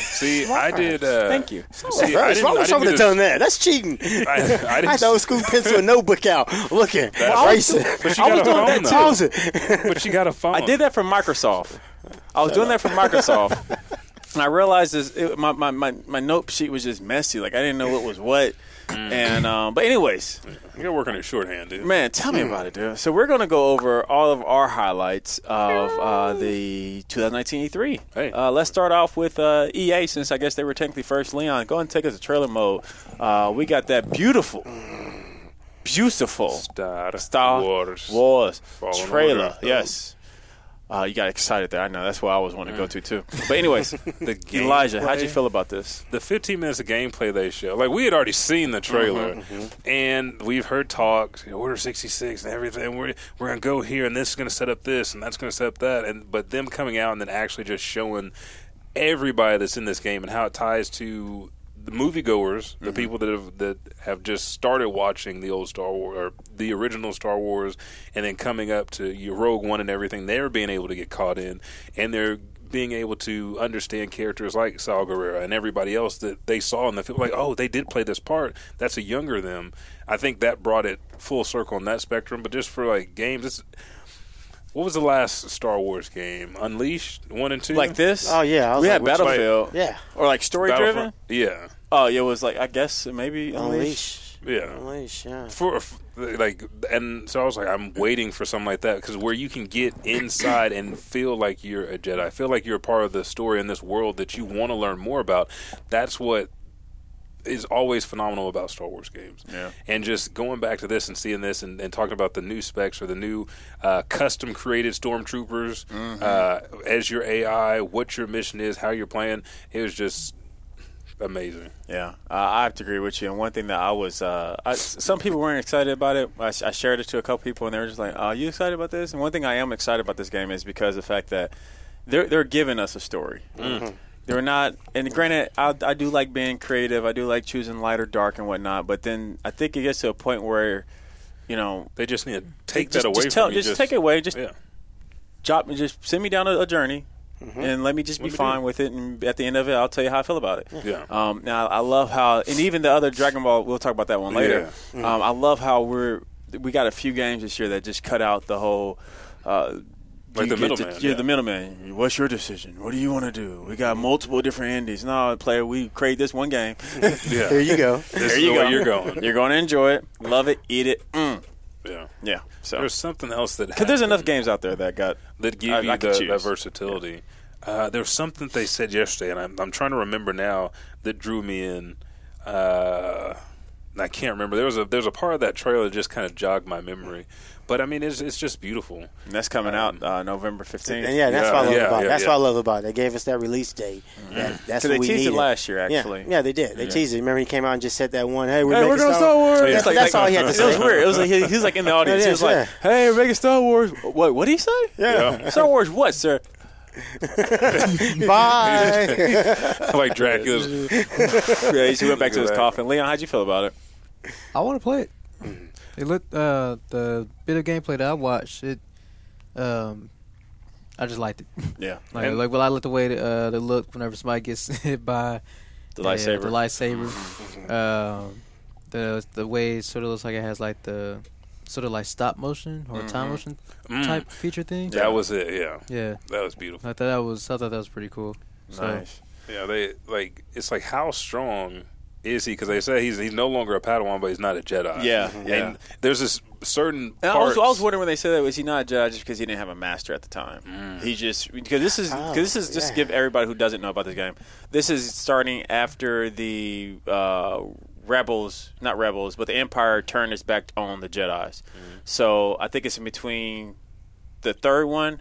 C: See, I did. Uh,
B: Thank you.
C: See, I
A: Bro,
C: didn't,
A: why
C: I
A: would someone
C: didn't
A: have done
C: do this-
A: that? That's cheating.
C: I, I
A: I
C: didn't
A: had the old school pencil and notebook out, looking, racing.
C: But you got a phone, though. But you got a phone.
B: I did that for Microsoft. I was doing that for Microsoft, and I realized this, it, my, my my my note sheet was just messy. Like I didn't know what was what. And um, but anyways,
C: You got to work on your shorthand, dude.
B: Man, tell me about it, dude. So we're gonna go over all of our highlights of uh, the 2019 E3.
C: Hey.
B: Uh, let's start off with uh, EA, since I guess they were technically first. Leon, go and take us to trailer mode. Uh, we got that beautiful, beautiful
C: Star,
B: Star
C: Wars.
B: Wars
C: Fallen
B: trailer.
C: Order.
B: Yes. Uh, you got excited there. I know. That's where I always want to go to too. But anyways,
C: The game
B: Elijah, how'd you
C: play.
B: feel about this?
C: the 15 minutes of gameplay they show, like we had already seen the trailer, and we've heard talks, you know, Order 66 and everything. We're we're gonna go here, and this is gonna set up this, and that's gonna set up that, and but them coming out and then actually just showing everybody that's in this game and how it ties to the moviegoers, the people that have that have just started watching the old Star Wars or the original Star Wars, and then coming up to your Rogue One and everything, they're being able to get caught in, and they're being able to understand characters like Sal Guerrero and everybody else that they saw in the film, like, oh, they did play this part. That's a younger them. I think that brought it full circle on that spectrum. But just for like games, it's, what was the last Star Wars game? Unleashed one and two,
B: Like this?
A: Oh, yeah, I was
B: we
A: like,
B: had
A: which
C: way?
B: Battlefield.
A: Yeah.
B: Or like story driven.
C: Battlefront? Yeah,
B: Oh, yeah, it was like I guess maybe Unleashed.
A: Unleash.
C: yeah.
A: Unleash, yeah.
C: for f- like and so i was like i'm waiting for something like that because where you can get inside and feel like you're a jedi feel like you're a part of the story in this world that you want to learn more about that's what is always phenomenal about Star Wars games.
B: Yeah.
C: And just going back to this and seeing this and, and talking about the new specs or the new uh, custom created stormtroopers uh, as your AI, what your mission is, how you're playing, it was just amazing.
B: Yeah, uh, I have to agree with you. And one thing that I was, uh, I, some people weren't excited about it. I, sh- I shared it to a couple people, and they were just like, "Are you excited about this?" And one thing I am excited about this game is because of the fact that they're they're giving us a story.
C: Mm-hmm.
B: They're not, and granted, I, I do like being creative. I do like choosing light or dark and whatnot. But then I think it gets to a point where, you know,
C: They just need to take
B: just,
C: that away
B: just tell,
C: from you.
B: just, take it away. Just
C: Yeah.
B: drop me, just send me down a, a journey, and let me just be
C: Mm-hmm. me do
B: fine
C: it.
B: with it. And at the end of it, I'll tell you how I feel about it.
C: Yeah.
B: Um, now I love how, and even the other Dragon Ball, we'll talk about that one later. Um, I love how we're we got a few games this year that just cut out the whole. Uh,
C: Like
B: you get to-
C: the middleman,
B: You're
C: yeah. Mm-hmm.
B: the middleman. What's your decision? What do you want to do? We got multiple different endings. No, player, we create this one game.
C: Yeah.
A: There you go.
C: This
B: there
C: is
B: you
C: the
B: go.
C: way you're going.
B: You're going to enjoy it, love it, eat it. Mm.
C: yeah.
B: Yeah. So
C: There's something else that
B: because there's
C: happened.
B: enough games out there that got
C: that give
B: I-
C: you
B: I could
C: the,
B: choose.
C: that versatility. Uh, there was something they said yesterday, and I'm, I'm trying to remember now that drew me in. Uh, I can't remember. There was a there's a part of that trailer that just kind of jogged my memory, but I mean it's it's just beautiful.
B: And that's coming out uh, November 15th.
A: And Um, yeah, that's what I
C: Yeah,
A: love
C: yeah,
A: about. it.
C: yeah,
A: that's
C: yeah. Mm-hmm.
A: what I love about. it. They gave us that release date. That, that's
B: So
A: what
B: they
A: we
B: teased it
A: needed.
B: last year,
A: Yeah.
B: actually.
A: Yeah, they did. They teased it. Remember, he came out and just said that one. Hey, we're
B: Hey,
A: making
B: we're going to Star Wars.
C: Yeah.
A: That's,
C: It's like-
A: that's all he had to say.
B: It was weird. It was Oh, like, he, he was like in the audience.
A: It
B: he
A: is,
B: was like, "Hey, we're making Star Wars." What? What did he say?
A: Yeah.
B: Star Wars. What, sir?
A: Bye.
C: like Dracula's.
B: Yeah, he went back to his
C: Right.
B: coffin. Leon, how'd you feel about it?
D: I want to play it. It looked uh, the bit of gameplay that I watched. It, um, I just liked it.
B: Yeah,
D: Like,
C: And-
D: like well, I like the way the, uh, the look whenever somebody gets hit by
B: the
D: yeah,
B: lightsaber.
D: The lightsaber. um, the the way it sort of looks like it has like the sort of like stop motion or time motion
C: Mm.
D: type feature thing.
C: That was it. Yeah,
D: Yeah.
C: that was beautiful.
D: I thought that was I thought that was pretty cool. So,
B: nice.
C: Yeah, they like it's like how strong is he? Because they say he's he's no longer a Padawan, but he's not a Jedi.
B: Yeah,
C: and
B: yeah.
C: there's this certain.
B: And I was, I was
C: parts-
B: wondering when they said that was he not a Jedi just because he didn't have a master at the time? He just because this is because this is just to give everybody who doesn't know about this game. This is starting after the uh, rebels, not rebels, but the Empire turned its back on the Jedi's. So I think it's in between the third one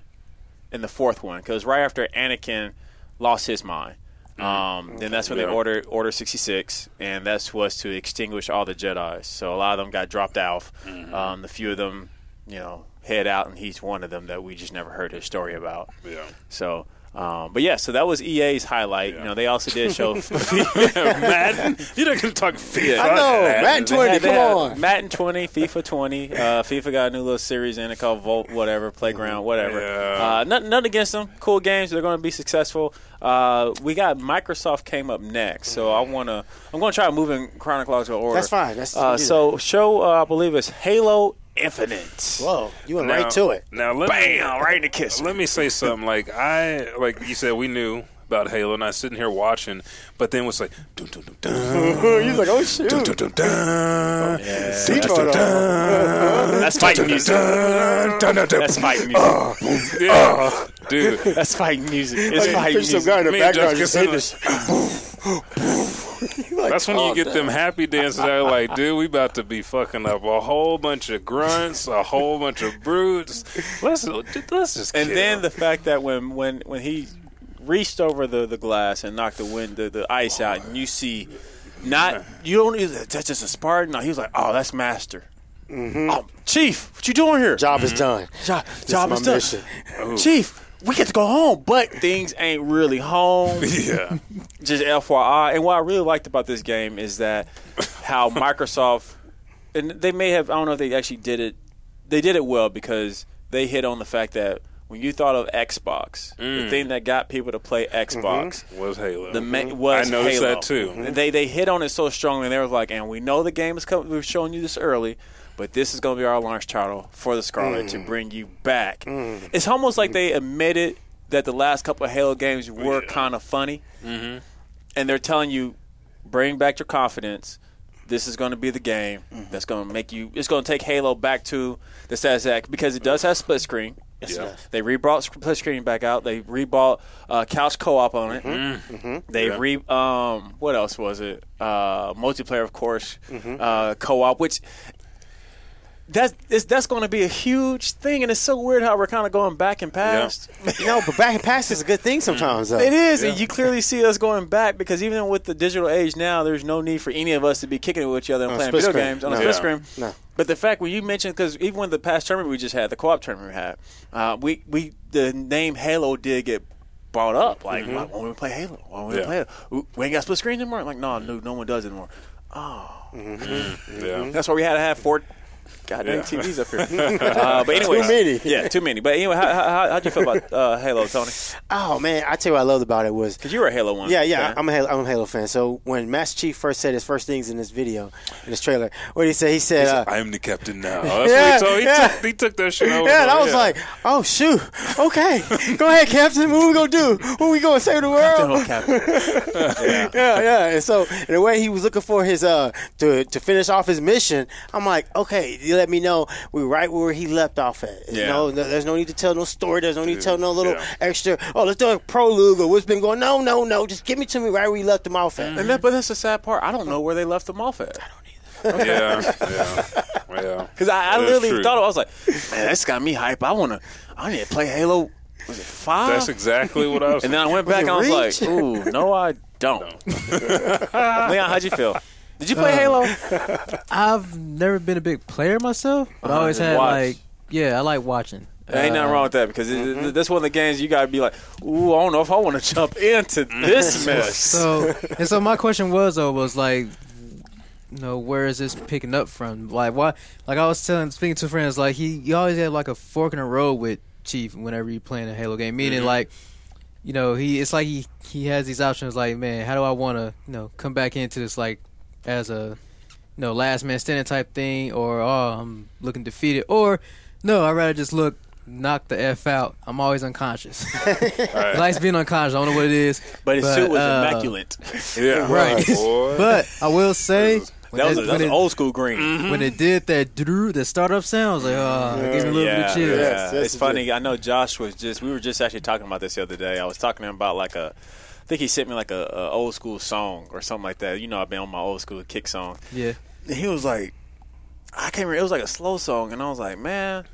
B: and the fourth one because right after Anakin lost his mind. Um, then that's when they
C: Yeah.
B: ordered Order 66, and that's was to extinguish all the Jedi's. So a lot of them got dropped off. Um, the few of them, you know, head out, and he's one of them that we just never heard his story about.
C: Yeah.
B: So, um, but yeah, so that was EA's highlight. You know, they also did show
C: Madden, you don't gonna talk FIFA.
A: I know, Madden
B: They had-
A: 20,
B: they
A: come
B: had
A: on.
B: Madden 20, FIFA 20. Uh, FIFA got a new little series in it called Volt, whatever, Playground, whatever.
C: Yeah.
B: Uh, nothing, nothing against them. Cool games. They're going to be successful. Uh, we got Microsoft came up next, so I want to. I'm going to try to move in chronological order.
A: That's fine. That's-
B: uh,
A: do that.
B: so show uh, I believe it's Halo Infinite.
A: Whoa, you went right to it.
C: Now, let
B: Bam!
C: Me,
B: Right in the kiss.
C: let me say something. Like I, like you said, we knew about Halo, and I was sitting here watching, but then it was like, dun, dun, dun, dun,
A: He's like, oh shoot.
C: dun, dun, dun, dun,
B: Oh,
A: He tried to-
B: That's fighting music.
C: dun, dun, dun, dun.
B: That's fighting music.
C: Yeah. dude.
B: That's fighting music. It's
A: Like,
B: fighting
A: there's some
B: music.
A: guy in the
C: Me and
A: background
C: Jessica
A: just
C: sitting
A: hit this.
C: That's when
A: "Oh,
C: you get them happy dances. Out like, dude, we about to be fucking up a whole bunch of grunts, a whole bunch of brutes. Let's let's just
B: And
C: kill.
B: then the fact that when when when he reached over the, the glass and knocked the wind the, the ice out, and you see, not you don't need to- that's just a Spartan. No, he was like, oh, that's master. Oh, Chief, what you doing here?
A: Job Mm-hmm. is done.
B: job,
A: Job
B: job
A: my
B: is done.
A: mission.
B: Chief, we get to go home, but things ain't really home.
C: yeah,
B: just FYI. And what I really liked about this game is that how Microsoft and they may have I don't know if they actually did it they did it well because they hit on the fact that when you thought of Xbox, the thing that got people to play Xbox
C: was Halo.
B: the ma- was
C: Mm-hmm. I noticed
B: Halo. Mm-hmm.
C: that too.
B: They they hit on it so strongly, and they were like, "And we know the game is coming. We're showing you this early, but this is going to be our launch title for the Scarlet
C: Mm-hmm.
B: to bring you back." It's almost like they admitted that the last couple of Halo games were kind of funny,
C: Mm-hmm.
B: and they're telling you, "Bring back your confidence." This is going to be the game that's going to make you. It's going to take Halo back to the status act because it does have split screen.
C: Yeah.
B: They rebought split screen back out. They rebought uh, couch co-op on it. They
C: Yeah.
B: re um what else was it? Uh multiplayer of course. Uh co-op which That's it's, that's going to be a huge thing, and it's so weird how we're kind of going back and past.
A: no, but back and past is a good thing sometimes. Though.
B: It is, and you clearly see us going back because even with the digital age now, there's no need for any of us to be kicking it with each other and
A: On a
B: playing
A: split
B: video
A: screen.
B: games on a
A: No.
B: split
A: Yeah.
B: screen.
A: No.
B: But the fact when you mentioned because even when the past tournament we just had, the co-op tournament we had, uh, we we the name Halo did get brought up. Like,
A: Mm-hmm.
B: why won't we play Halo? Why won't we
C: Yeah.
B: play Halo? We- We ain't got split screens anymore. I'm like, no, no, no one does anymore.
C: Yeah.
B: That's why we had to have four goddamn
C: Yeah.
B: TVs up here. uh, but anyway,
A: many.
B: Yeah, too many. But anyway, how how how'd you feel about uh, Halo, Tony?
A: Oh man, I tell you what I loved about it was
B: Because you were a Halo one.
A: Yeah, yeah,
B: fan.
A: I'm a Halo, I'm a Halo fan. So when Master Chief first said his first things in this video, in this trailer, what did he say? He said, uh,
C: I am the captain now. Oh, That's
A: Yeah,
C: what he told. He,
A: yeah.
C: took, he took that shit over.
A: "Yeah," and I was like, "Oh shoot, okay, go ahead, Captain. What we gonna do? Who we gonna save the
B: Oh,
A: world?"
B: Captain.
A: Yeah, yeah. And so and the way he was looking for his uh to to finish off his mission, I'm like, okay, you let me know we're right where he left off at. You
B: Yeah.
A: know, no, there's no need to tell no story. There's no need to tell no little
C: yeah.
A: extra. Oh, let's do a prologue or what's been going. No, no, no. Just give me to me right where he left him off at.
B: And that, but that's the sad part. I don't know where they left them off at.
C: yeah, yeah, yeah.
B: Because I, I
C: That is
B: literally
C: true.
B: thought I was like, man, that's got me hype. I wanna, I need to play Halo. Was it five?
C: That's
A: uh,
C: exactly what I was.
B: and then I went back.
A: it
B: and I was
A: Reach?
B: like, ooh, no, I don't. Leon, how'd you feel? Did you play Halo?
D: Uh, I've never been a big player myself, but I always
B: just
D: had
B: watch.
D: like yeah, I like watching.
B: Ain't nothing wrong with that because it-
C: Mm-hmm.
B: it, that's one of the games you gotta be like, ooh, I don't know if I want to jump into
C: Mm-hmm.
B: this mess.
D: So and so my question was though was like you know, where is this picking up from? Like why like I was telling speaking to friends, like he you always had like a fork in the road with Chief whenever you playing a Halo game. Meaning like you know, he it's like he he has these options like, man, how do I wanna, you know, come back into this like as a you know, last man standing type thing or oh I'm looking defeated or no, I'd rather just look knock the F out. I'm always unconscious.
C: Right.
D: Likes being unconscious, I don't know what it is.
B: But his suit was
D: uh,
B: immaculate.
C: yeah,
D: Right.
C: Boy.
D: But I will say, when,
B: That was, a, that
D: it,
B: was
D: when,
B: an
D: it,
B: old school green.
D: when it did that, doo the startup sound, I was like, oh, it gave me a little bit of chills.
B: yeah.
A: Yes, yes,
B: it's
A: it
B: funny. I know Josh was just. We were just actually talking about this the other day. I was talking to him about like a. I think he sent me like a, a old school song or something like that. You know, I've been on my old school kick song.
D: Yeah.
B: And he was like, I can't remember. It was like a slow song, and I was like, man.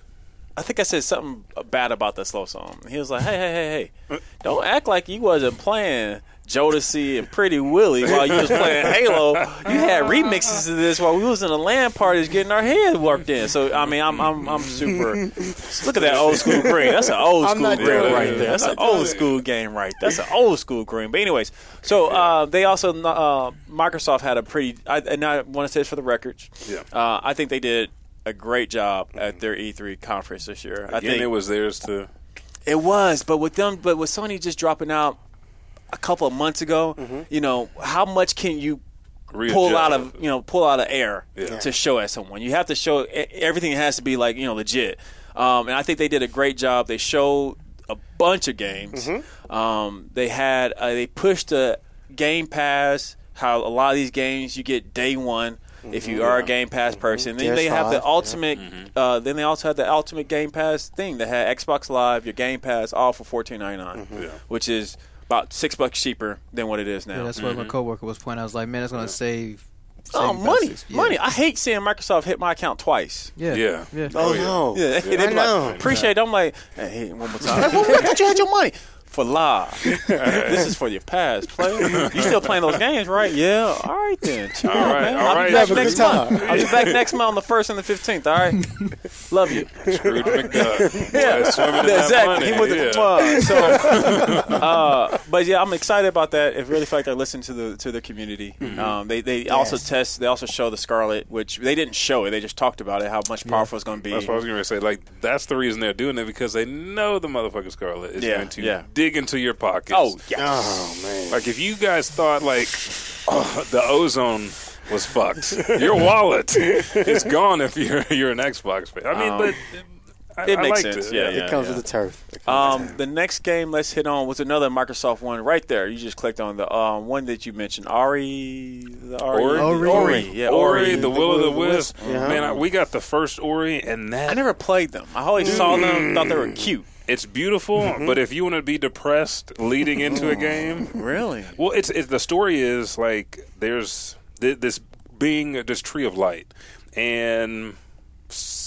B: I think I said something bad about the slow song. And He was like, "Hey, hey, hey, hey! Don't act like you wasn't playing Jodeci and Pretty Willie while you was playing Halo. You had remixes of this while we was in the land parties getting our head worked in. So I mean, I'm I'm, I'm super. Look at that old school green. That's an old
A: I'm
B: school
A: not
B: green
A: doing
B: right
A: it.
B: there. That's an old school game right. That's an old school green. But anyways, so uh, they also uh, Microsoft had a pretty. I, and I want to say this for the records.
C: Yeah.
B: Uh, I think they did a great job at their E3 conference this year. I
C: Again,
B: think
C: it was theirs to.
B: it was, but with them, but with Sony just dropping out a couple of months ago,
C: Mm-hmm.
B: you know, how much can you pull
C: Readjust.
B: out of you know pull out of air
C: Yeah.
B: to show at someone? You have to show e- everything has to be like you know legit. Um, and I think they did a great job. They showed a bunch of games.
C: Mm-hmm.
B: Um, they had uh, they pushed the Game Pass. How a lot of these games you get day one. If
C: Mm-hmm.
B: you are a Game Pass person, then they have the
A: PS5,
B: ultimate ultimate.
A: Mm-hmm.
B: Uh, then they also had the ultimate Game Pass thing that had Xbox Live, your Game Pass, all for fourteen ninety nine,
A: Mm-hmm.
B: which is about six bucks cheaper than what it is now.
D: Yeah, that's what my coworker was pointing. out. I was like, man, that's gonna save.
B: Mm-hmm. oh,
D: save about
B: money,
D: six- yeah.
B: money! I hate seeing Microsoft hit my account twice.
D: Yeah,
C: Yeah.
D: yeah,
A: Oh, no.
B: Yeah, they,
A: I
B: they be
A: know.
B: like, appreciate. It. I'm like, hey, hit it one more time. like, well, I thought you had your money for live. this is for your past player. You still playing those games, right? Yeah. All right then. Chill
C: All
B: out,
C: right,
B: man.
C: all
B: I'll
C: right.
B: be back
A: Have a good
B: next
A: time.
B: month. I'll be back next month on the first and the fifteenth. All right. Love you.
C: Scrooge McDuck.
B: Yeah,
C: Boy, swimming in that money.
B: exactly. He went to
C: Yeah.
B: the club. So, uh, but yeah, I'm excited about that. It really felt like I listened to the to the community.
C: Mm-hmm.
B: Um, they they also test. They also show the Scarlet, which they didn't show it. They just talked about it, how much powerful it's going to be.
C: That's what I was gonna say. Like that's the reason they're doing it because they know the motherfucking Scarlet is
B: Yeah,
C: going to
B: yeah.
C: dig into your pockets.
B: oh yeah,
A: Oh man.
C: Like if you guys thought like oh, the ozone was fucked, your wallet is gone if you're you're an Xbox fan. I mean, but I,
B: Um, it
C: I
B: makes
C: liked
B: sense.
C: It.
B: Yeah, yeah.
A: It comes with the turf.
B: Um, the next game let's hit on was another Microsoft one right there. You just clicked on the um, one that you mentioned, Ari, the Ari,
C: Ori,
D: Ori.
B: yeah,
C: Ori,
B: Ori.
C: the, Will of the Wisp. Uh-huh.
A: Yeah.
C: Man, I, we got the first Ori, and that
B: I never played them. I always saw them, thought they
C: Mm.
B: were cute.
C: it's beautiful. But if you want to be depressed leading into a game,
B: Really?
C: Well, it's, it's the story is like there's th- this being this tree of light, and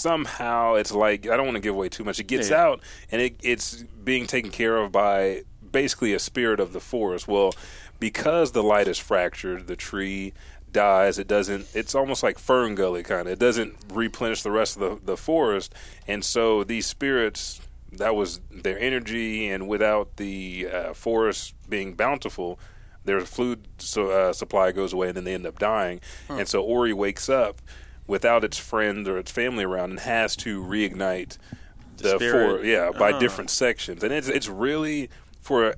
C: somehow it's like I don't want to give away too much. It gets
B: Yeah.
C: out and it, it's being taken care of by basically a spirit of the forest. Well, because the light is fractured, the tree dies. It doesn't. It's almost like fern gully kind of. It doesn't replenish the rest of the, the forest, and so these spirits. That was their energy, and without the uh, forest being bountiful, their food su- uh, supply goes away and then they end up dying. And so Ori wakes up without its friend or its family around and has to reignite the
B: spirit.
C: four, yeah, by different sections. And it's it's really for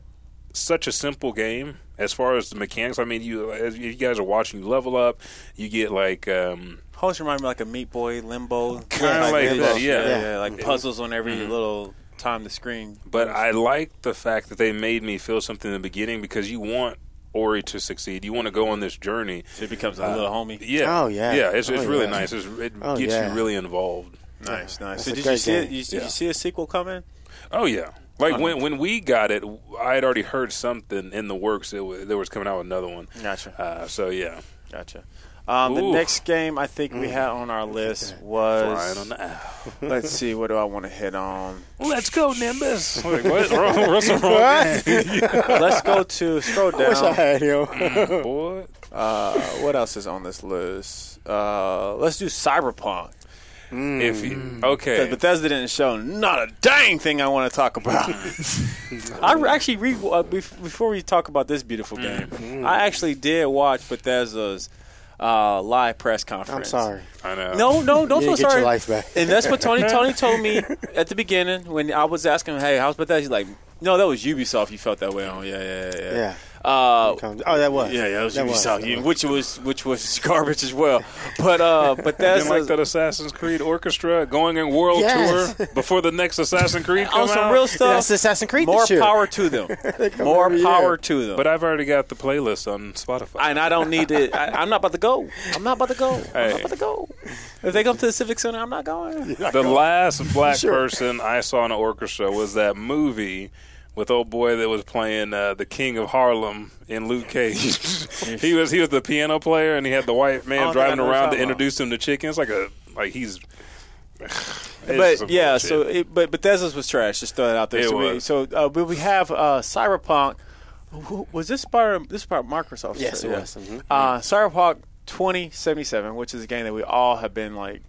C: such a simple game as far as the mechanics. I mean, you as you guys are watching, you level up, you get like um,
B: Host remind me like a Meat Boy Limbo,
C: Kinda like that, yeah.
B: yeah, Mm-hmm.
C: Yeah.
B: like puzzles on every little time the screen.
C: But I like the fact that they made me feel something in the beginning because you want Ori to succeed. You want to go on this journey.
B: it becomes a little homie.
C: Yeah.
A: Oh, yeah.
C: Yeah. It's,
A: Oh,
C: it's really
A: yeah.
C: nice. It's, it
A: Oh,
C: gets
A: yeah.
C: you really involved.
B: Nice, nice. So
A: a
B: did you
A: great
B: see it?
A: game.
B: You, did
C: Yeah.
B: you see a sequel coming?
C: Oh yeah. Like when when we got it, I had already heard something in the works. It was, there was coming out with another one.
B: Gotcha.
C: Uh, so yeah,
B: Gotcha. Um, the
C: Ooh.
B: next game I think we had on our list
C: flying
B: was.
C: on the owl.
B: Let's see, what do I want to hit on?
C: Let's go, Nimbus. Like, what? Wrong, what's wrong,
B: Let's go to scroll
A: Wish I
B: down.
A: had him.
C: boy?
B: Uh, what else is on this list? Uh, let's do Cyberpunk.
C: If you,
B: 'Cause
C: okay,
B: Bethesda didn't show not a dang thing I want to talk about. I re- actually re- uh, bef- before we talk about this beautiful game,
A: Mm-hmm.
B: I actually did watch Bethesda's uh, live press conference.
A: I'm sorry.
C: I know.
B: No, no, don't
A: You
B: feel
A: didn't get
B: sorry.
A: your life back.
B: And that's what Tony Tony told me at the beginning when I was asking him, "Hey, how's Bethesda?" He's like, "No, that was Ubisoft. You felt that way on, yeah, yeah, yeah."
A: Yeah.
B: yeah. Uh,
A: Comes- Oh, that was.
B: yeah, yeah, it was
A: That
B: Ubisoft,
A: that
B: yeah, which was which was garbage as well. But uh, but that's
C: Didn't like that Assassin's Creed orchestra going in world
A: Yes.
C: tour before the next Assassin's Creed
B: on
C: comes
B: some
C: out.
B: real stuff.
A: That's Assassin's Creed
B: more
A: this year.
B: power to them. more
A: every
B: power
A: year.
B: to them.
C: but I've already got the playlist on Spotify.
B: and I don't need to. I, I'm not about to go. I'm not about to go. I'm
C: Hey.
B: not about to go. If they come to the Civic Center, I'm not going.
C: the last black person I saw in an orchestra was that movie with old boy that was playing uh, the King of Harlem in Luke Cage. he was he was the piano player and he had the white
B: I
C: man
B: don't think
C: driving
B: I know
C: around
B: what
C: to
B: you're talking
C: introduce him to chickens. Like a like he's. It's some
B: But yeah,
C: bullshit.
B: so it, but Bethesda's was trash. Just throw it out there.
C: It
B: so we,
C: was.
B: so uh, but we have uh, Cyberpunk. Who- Was this by this is by Microsoft?
A: Yes, it
B: Yeah.
A: was. Mhm.
B: Uh, Cyberpunk 2077, which is a game that we all have been like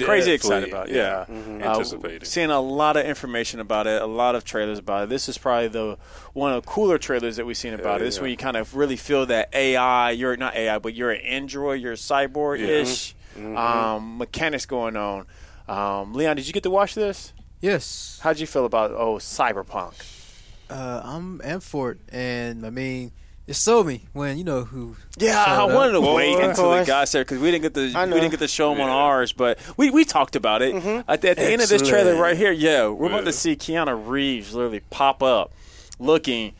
B: crazy excited
C: Definitely, Mm-hmm.
B: about. Yeah, Uh,
C: anticipating.
B: seeing a lot of information about it, a lot of trailers about it. This is probably the one of the cooler trailers that we've seen about it. This is
C: yeah.
B: where you kind of really feel that AI. You're not AI, but you're an android. You're a cyborg ish
C: Mm-hmm.
B: um, mechanics going on. Um, Leon, did you get to watch this?
D: Yes.
B: How'd you feel about oh cyberpunk?
D: Uh, I'm am for it, and I mean, it sold me when you know who.
B: Yeah, I
D: showed up.
B: wanted to
A: Well,
B: wait
A: of
B: until it
A: course.
B: got there because we didn't get the
A: I
B: we
A: know.
B: didn't get to show them on ours, but we, we talked about it at the, at the end of this trailer right here. Yeah, we're about
C: Yeah.
B: to see Keanu Reeves literally pop up, looking.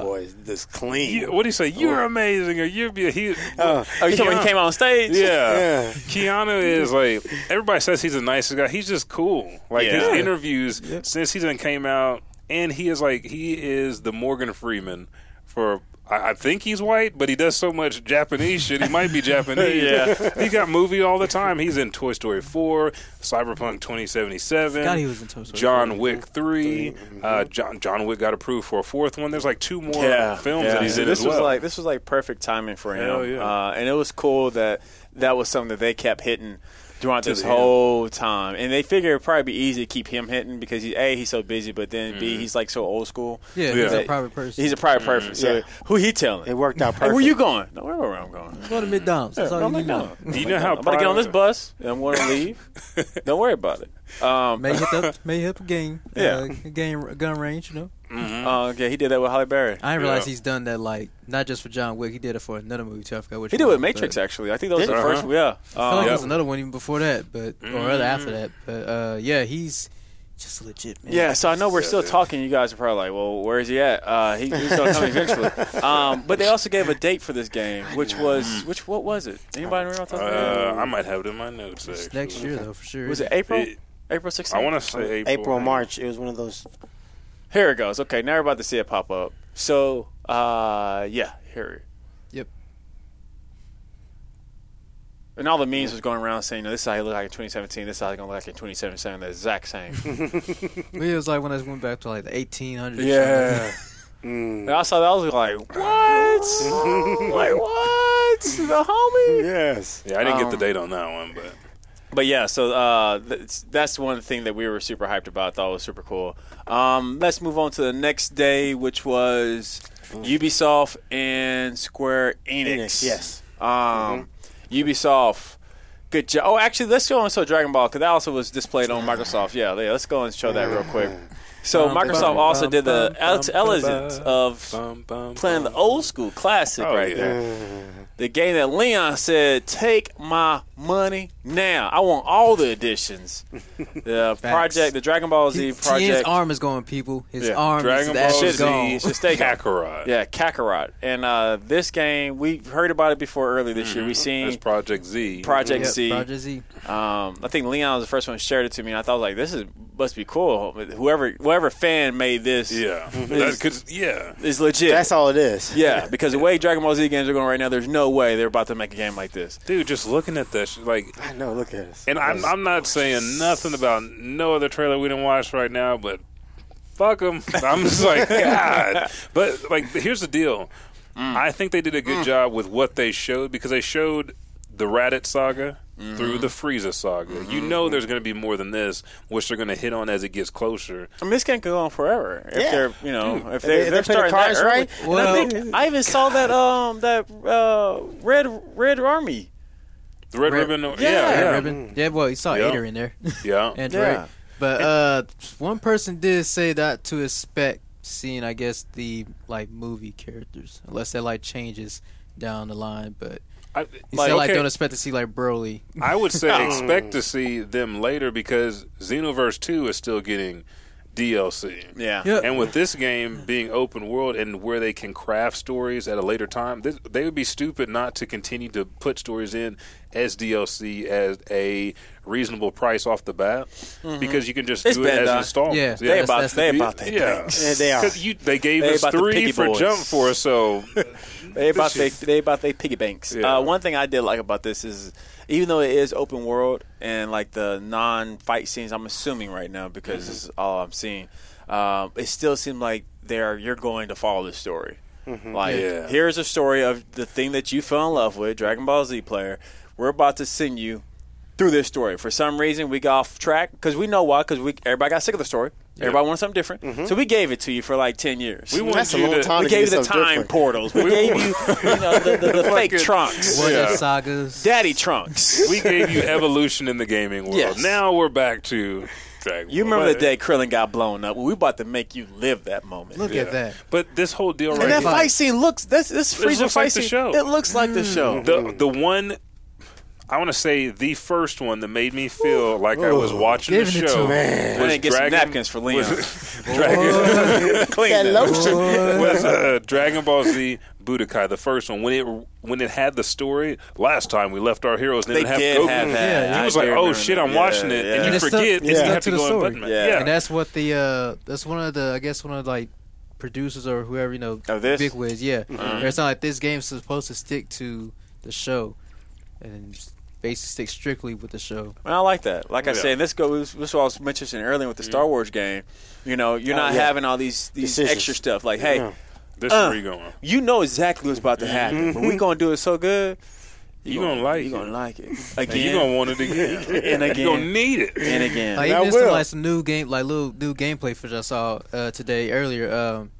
B: Uh,
A: boys, this clean. Uh,
C: You- what do you say? You're amazing, or you're be- he.
B: Oh, you talking about he came on stage?
C: Yeah.
A: Yeah.
C: Keanu is like everybody says he's the nicest guy. He's just cool. Like his
B: Yeah.
C: interviews since he done came out, and he is like he is the Morgan Freeman for. I I think he's white, but he does so much Japanese shit. He might be Japanese.
B: Yeah.
C: he got movie all the time. He's in Toy Story Four, Cyberpunk twenty seventy seven.
D: Forgot he was in Toy Story
C: John Wick 3 Uh, John John Wick got approved for a fourth one. There's like two more films that he's
B: So
C: in
B: This
C: as
B: was
C: well.
B: like this was like perfect timing for
C: Hell
B: him,
C: yeah.
B: uh, and it was cool that that was something that they kept hitting throughout this
C: the end.
B: whole time. And they figure it'd probably be easy to keep him hitting because he, a he's so busy, but then b he's like so old school.
D: Yeah, he's
C: Mm-hmm. Yeah. Mm-hmm.
D: a private person.
B: He's a private person. So
A: Yeah.
B: who he telling?
A: It worked out
B: Hey, where
A: perfect.
B: you going? No, where where I'm going.
D: Go to McDonald's. That's all
B: I'm
D: you
B: like,
D: need to
B: no.
D: know.
C: Do you know how
B: I'm about to get on this
C: private-
B: bus and want to leave. Don't worry about it. Um,
D: May hit up, may hit up a game.
B: Yeah.
D: uh, a game a gun range. You know,
B: uh, okay, he did that with Holly Berry.
D: I didn't
C: Yeah.
D: realize he's done that. Like not just for John Wick, he did it for another movie too. I forgot which.
B: He did it
D: one,
B: with Matrix
D: but-
B: actually. I think that was
A: Did
B: the
A: he?
B: first. Yeah.
D: I feel like
B: Um,
D: there was another one even before that, but or rather after that. But uh, yeah, he's just legit, man.
B: Yeah, so I know we're
C: Yeah,
B: still
C: dude.
B: talking. You guys are probably like, "Well, where is he at?" Uh, he, he's gonna come eventually. Um, but they also gave a date for this game, which was which what was it? Anybody remember? off the top of your head?
C: Uh, I might have it in my notes.
D: It's
C: Actually.
D: next year though for sure.
B: was it April?
C: It-
B: April 16th?
C: I want to say April.
A: April, March. It was one of those.
B: Here it goes. Okay, now we're about to see it pop up. So, uh, yeah, here.
D: Yep.
B: And all the memes was going around saying, no, this is how he looked like in 2017, this is how he's going to look like in 2077, the exact same.
D: It was like when I went back to like the 1800s.
C: Mm.
B: And I saw that, I was like, what? like, what? The homie?
A: Yes.
C: Yeah, I didn't get
B: Um,
C: the date on that one, but
B: But yeah, so uh, that's, that's one thing that we were super hyped about. Thought was super cool. Um, let's move on to the next day, which was Ubisoft and Square Enix.
A: Enix, yes.
B: Um, Ubisoft, good job. Oh, actually, let's go and show Dragon Ball because that also was displayed on Microsoft. Yeah, yeah, let's go and show that real quick. So Microsoft also did the ele- elegance of
C: bum, bum,
B: playing the old school classic
C: Oh,
B: right
C: yeah.
B: there. The game that Leon said, "Take my money now. I want all the editions." The project, the Dragon Ball Z
D: His
B: project.
D: arm is going, people. His
B: Yeah.
D: arm
C: Dragon
D: is, that
C: Ball
D: shit's
C: Z
D: gone.
B: It's just they go.
C: Kakarot.
B: Yeah, Kakarot. And uh, this game, we heard about it before early this year. We
C: That's
B: seen
C: Project Z.
B: Project
D: Yep,
B: Z.
D: Project Z.
B: Um, I think Leon was the first one who shared it to me, and I thought like, "This is must be cool." Whoever, whoever fan made this,
C: Yeah, that could. Yeah,
B: is legit.
A: That's all it is.
B: Yeah, because the way Dragon Ball Z games are going right now, there's no way they're about to make a game like this.
C: dude. Just looking at that, sh- like,
A: I know. Look at us.
C: and I'm I'm not saying nothing about no other trailer we didn't watch right now, but fuck them. I'm just like God. But like, here's the deal.
D: Mm.
C: I think they did a good job with what they showed because they showed the Raditz saga
D: Mm-hmm.
C: through the Frieza saga. You know, there's going to be more than this, which they're going to hit on as it gets closer.
B: I mean, this game could go on forever if
A: Yeah.
B: they're, you know, if
A: they-
B: they're,
A: if
B: they're
A: they play the
B: starting that
A: cards
B: early.
A: right,
B: And
D: well-
B: I, think, I even saw that um that uh red red army.
C: The Red,
D: Red-
C: Ribbon, yeah,
B: Yeah.
C: yeah,
D: Red Ribbon. Yeah, well, you saw
C: Yeah.
D: Ader in there.
C: yeah.
D: and
B: Yeah.
D: Drake. But uh, one person did say that to expect seeing, I guess, the like movie characters, unless that like changes down the line. But
C: I,
D: he said like
C: okay.
D: don't expect to see like Broly.
C: I would say expect to see them later because Xenoverse 2 is still getting DLC.
B: Yeah.
D: Yeah.
C: And with this game being open world and where they can craft stories at a later time, this, they would be stupid not to continue to put stories in as DLC as a reasonable price off the bat because you can just
B: Mm-hmm. It's
C: do it as
B: Bandai.
C: installments.
D: Yeah.
B: They
D: That's-
B: about
D: that's the
B: they
D: beat.
B: about they
C: yeah.
A: Yeah, they are.
C: 'Cause you- they gave
B: They
C: us
B: about the
C: three
B: piggy
C: for
B: boys.
C: Jump Force, so
B: They about they they about they piggy banks.
C: Yeah.
B: Uh, one thing I did like about this is even though it is open world and like the non fight scenes, I'm assuming right now because
C: Mm-hmm.
B: this is all I'm seeing. Um, it still seemed like there you're going to follow the story. Like
C: Mm-hmm. Yeah.
B: here's a story of the thing that you fell in love with, Dragon Ball Z player. We're about to send you through this story. For some reason, we got off track because we know why. Because we everybody got sick of the story. Everybody wanted something different, so we gave it to you for like ten years.
C: Mm-hmm. we want
A: That's a
C: you
A: long
C: to.
A: time.
B: We gave you the
A: get something
B: time
A: different.
B: portals. We
C: We-
B: gave you, you know, the, the, the fake trunks,
D: What
C: Yeah.
D: if sagas?
B: daddy trunks.
C: We gave you evolution in the gaming world.
B: Yes.
C: Now we're back to Dragon
B: You
C: Ball.
B: remember the
C: But-
B: day Krillin got blown up? Well, we about to make you live that moment.
D: Look at that.
C: But this whole deal
B: and
C: right
B: that
C: here,
B: fight scene looks. This this
C: It looks
B: Frieza
C: like
B: fight
C: the
B: scene.
C: show. Mm.
B: It looks like the show.
C: the
D: Mm-hmm.
C: the one I want to say the first one that made me feel like I was watching the
D: Giving it to
C: show.
D: him.
A: Man.
B: I
C: was
B: didn't get some
C: Dragon-
B: napkins for Leon.
C: Was, Dragon,
B: Clean
A: That
B: that.
A: lotion.
C: was uh, Dragon Ball Z Budokai, the first one when it when it had the story. Last time we left our heroes, and
B: They
C: didn't have
B: did
C: Goku.
B: have that.
D: Yeah,
B: I
C: You was
B: do
C: like, oh
B: remember
C: shit,
B: that.
C: I'm
B: Yeah,
C: watching it,
B: yeah.
C: and you
D: And it's still-
C: forget,
D: it's
C: and you
D: up
C: have to
D: to the
C: go
D: story.
C: and button
B: Yeah.
C: yeah.
D: And that's what the uh, that's one of the I guess one of the, like producers or whoever you know
B: Of this? Mm-hmm.
D: big wigs. Yeah, Where it's not like this game's supposed to stick to the show, and basically stick strictly with the show.
B: And I like that. Like I
C: Yeah.
B: said, this goes. This was what I was mentioning earlier with the Star Wars game. You know, you're not
A: yeah.
B: having all these these
A: Decisions.
B: extra stuff. Like, hey,
A: Yeah.
C: This
B: Uh.
C: is where you going.
B: you know exactly what's about to happen, but we gonna do it so good.
C: Mm-hmm. You gonna like
B: You
C: it.
B: gonna like it
C: And
B: again
C: you gonna want it again,
B: And
C: You gonna
B: again.
C: need it.
B: and again.
D: Like
A: I
D: even some
A: will.
D: like some new game, like little new gameplay footage I saw uh, today earlier. Um,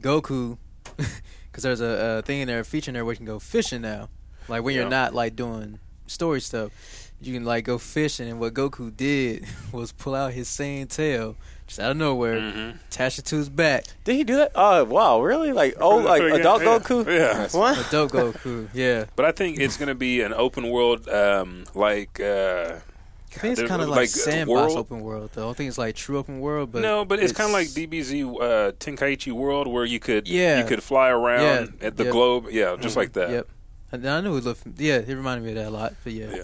D: Goku, because there's a, a thing in there, a feature in there where you can go fishing now. Like when
C: Yeah.
D: you're not like doing story stuff, you can like go fishing. And what Goku did was pull out his Saiyan tail just out of nowhere,
C: Mm-hmm.
D: attach it to his back.
B: Did he do that? Oh wow, really? Like oh, like
C: Yeah.
B: adult
C: Yeah.
B: Goku?
C: Yeah.
A: What?
D: Dope Goku, yeah.
C: But I think it's going to be an open world, um, like uh,
D: I think
C: There's,
D: it's kind of
C: uh,
D: like,
C: like,
D: sandbox
C: world-
D: open world. Though. I don't think it's like true open world, but
C: no, but it's, kind of like DBZ uh, Tenkaichi World where you could
D: Yeah.
C: you could fly around
D: Yeah.
C: at the
D: Yep.
C: globe, yeah, just like that.
D: Yep. And I knew it looked. Yeah, it reminded me of that a lot. But yeah,
C: Yeah.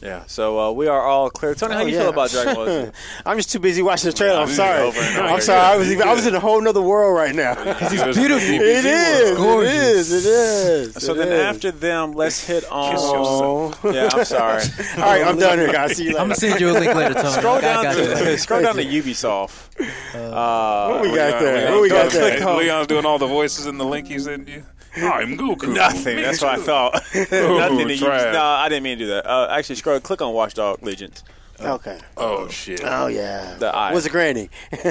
B: Yeah. So uh, we are all clear. Tony, how
A: Oh,
B: you
A: yeah.
B: feel about Dragon Ball Z?
A: I'm just too busy watching the trailer. I'm
B: Yeah,
A: sorry.
B: over and over
A: I'm
B: again.
A: sorry. I was even, I was in a whole nother world right now. it
C: It's
D: beautiful.
A: is. It
D: Gorgeous.
A: is. It is.
B: So
A: it
B: then
A: is.
B: after them, let's hit on.
A: Oh.
B: Yeah, I'm sorry.
A: All right, I'm done here, guys. See you later.
D: I'm gonna send you a link later, Tony.
B: Scroll
D: I
B: down
D: got- got you.
B: to scroll down to Ubisoft. Uh,
A: what we got there?
C: Leon-
A: What we got
C: Leon's
A: there?
C: doing- Leon's doing all the voices in the link he sent you. I'm Goku.
B: Nothing. That's what I thought. Nothing to use. No,
C: trash.
B: I didn't mean to do that. Uh, actually, scroll. Click on Watchdog Legions.
A: Okay.
C: Oh shit,
A: Oh yeah.
B: The eye.
A: Was a granny.
C: boy!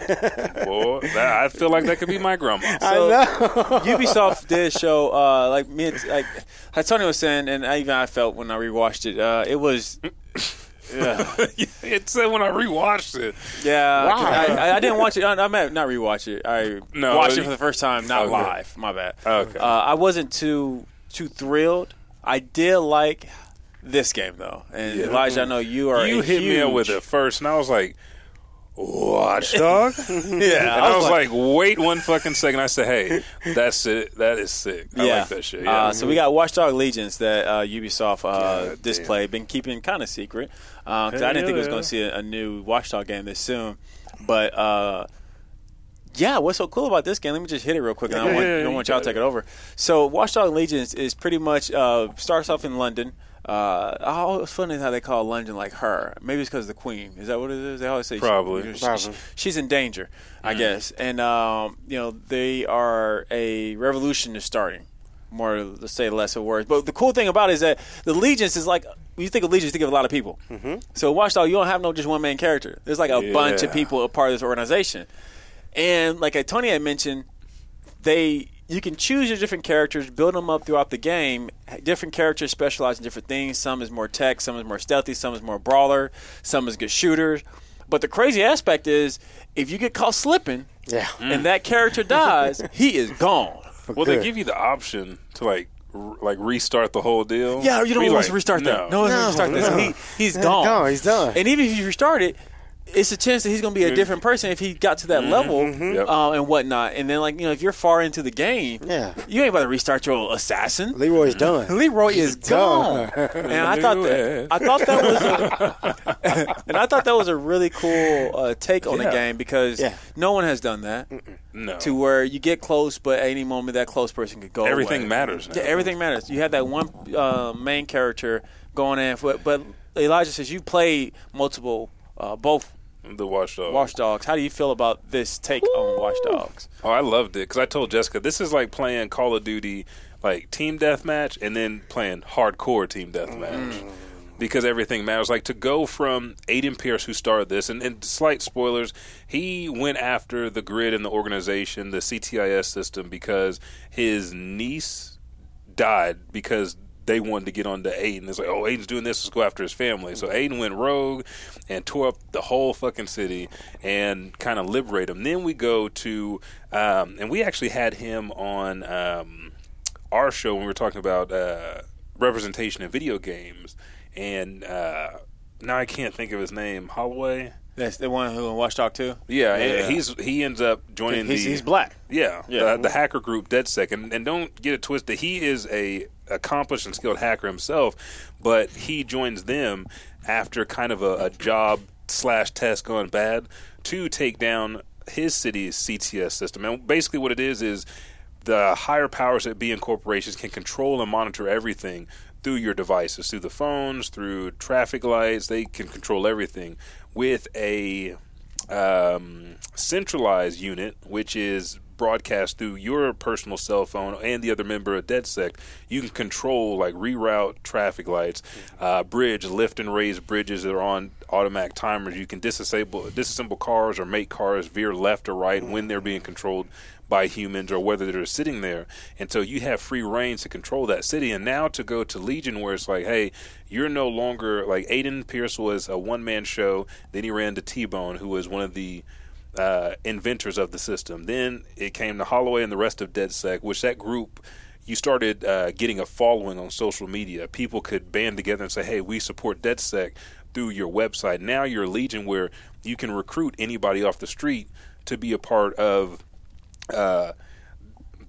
C: That, I feel like that could be my
B: So,
C: grandma.
A: I know.
B: Ubisoft did show uh, like me and like how Tony was saying, and I even I felt when I rewatched it, uh, it was
C: it said when I rewatched it.
B: yeah.
A: Wow.
B: I, I, I didn't watch it. I, I meant not rewatch it. I
C: No,
B: watched
C: you-
B: it for the first time, not
C: Okay.
B: live. My bad.
C: Okay.
B: Uh, I wasn't too too thrilled. I did like this game though, and Elijah, I know you are.
C: you
B: a
C: hit me up
B: huge-
C: with it first, and I was like, "Watchdog."
B: Yeah,
C: And I was like, "Wait one fucking second. I said, "Hey, that's it. That is sick. I
B: yeah.
C: like that shit." Yeah.
B: Uh, so we got Watchdog Legions that uh, Ubisoft uh,
C: God
B: display been keeping kind of secret. Uh, 'cause I didn't think we was going to see a, a new Watchdog game this soon, but uh, yeah, what's so cool about this game? Let me just hit it real quick, and I don't
C: Yeah,
B: want,
C: yeah, yeah,
B: don't
C: you
B: want y'all to
C: got it.
B: take it over. So Watchdog Legions is pretty much uh, starts off in London. Uh, oh, it's funny how they call London like her. Maybe it's because the Queen. Is that what it is? They always say she-
C: Probably.
B: she-
A: Probably.
B: she's in danger, I guess. And um, you know, they are a revolution is starting. More to say less of words, but the cool thing about it is that the Legions is like when you think of Legions, you think of a lot of people. Mm-hmm. So Watchdog, you don't have no just one man character. There's like a bunch of
C: Yeah.
B: people a part of this organization, and like Tony had mentioned, they you can choose your different characters, build them up throughout the game. Different characters specialize in different things. Some is more tech, some is more stealthy, some is more brawler, some is good shooters. But the crazy aspect is if you get caught slipping
A: Yeah.
B: and that character dies, he is gone.
C: well, they
A: good.
C: give you the option to like, r- like restart the whole deal.
B: Yeah, you don't
C: We
B: want
C: like,
B: to restart that. No,
C: No,
B: one wants to restart this.
A: no.
B: He, he's
A: He's
B: gone.
A: gone, he's done. Mm.
B: And even if you restart it, it's a chance that he's going to be a different person if he got to that
A: Mm-hmm.
B: level
C: Yep.
B: uh, and whatnot. And then, like you know, if you're far into the game,
A: Yeah.
B: you ain't about to restart your assassin.
A: Leroy's done.
B: Leroy is gone,
A: gone.
B: and I thought that I thought that was, a, and I thought that was a really cool uh, take on the
C: Yeah.
B: game because
A: Yeah.
B: no one has done that
C: no.
B: to where you get close, but at any moment that close person could go.
C: Everything
B: away.
C: matters now.
B: Yeah, everything matters. You have that one uh, main character going in, but, but Elijah says you play multiple, uh, both
C: the watchdog.
B: Watchdogs. How do you feel about this take on Watchdogs?
C: Oh, I loved it because I told Jessica this is like playing Call of Duty, like team deathmatch, and then playing hardcore team deathmatch.
B: Mm.
C: Because everything matters. Like to go from Aiden Pierce, who started this, and, and slight spoilers, he went after the grid and the organization, the CTIS system, because his niece died because they wanted to get onto Aiden. It's like, oh, Aiden's doing this. Let's go after his family. So Aiden went rogue and tore up the whole fucking city and kind of liberate him. Then we go to, um, and we actually had him on um, our show when we were talking about uh, representation in video games. And uh, now I can't think of his name. Holloway.
B: That's the one who in Watchdog too.
C: Yeah, and he's he ends up joining.
B: He's-
C: the,
B: he's black.
C: Yeah,
B: Yeah.
C: The, the hacker group DedSec, and, and don't get it twisted. He is a accomplished and skilled hacker himself, but he joins them after kind of a, a job slash test gone bad to take down his city's CTS system. And basically, what it is is the higher powers that be in corporations can control and monitor everything through your devices, through the phones, through traffic lights. They can control everything with a um, centralized unit, which is broadcast through your personal cell phone and the other member of DedSec. You can control like reroute traffic lights, uh, bridge lift and raise bridges that are on automatic timers. You can disassemble disassemble cars or make cars veer left or right when they're being controlled by humans or whether they're sitting there. And so you have free reign to control that city. And now to go to Legion, where it's like, hey, you're no longer like Aiden Pierce was a one man show. Then he ran to T Bone, who was one of the uh, inventors of the system. Then it came to Holloway and the rest of DedSec, which that group. You started uh, getting a following on social media. People could band together and say, "Hey, we support DedSec through your website." Now you're a Legion, where you can recruit anybody off the street to be a part of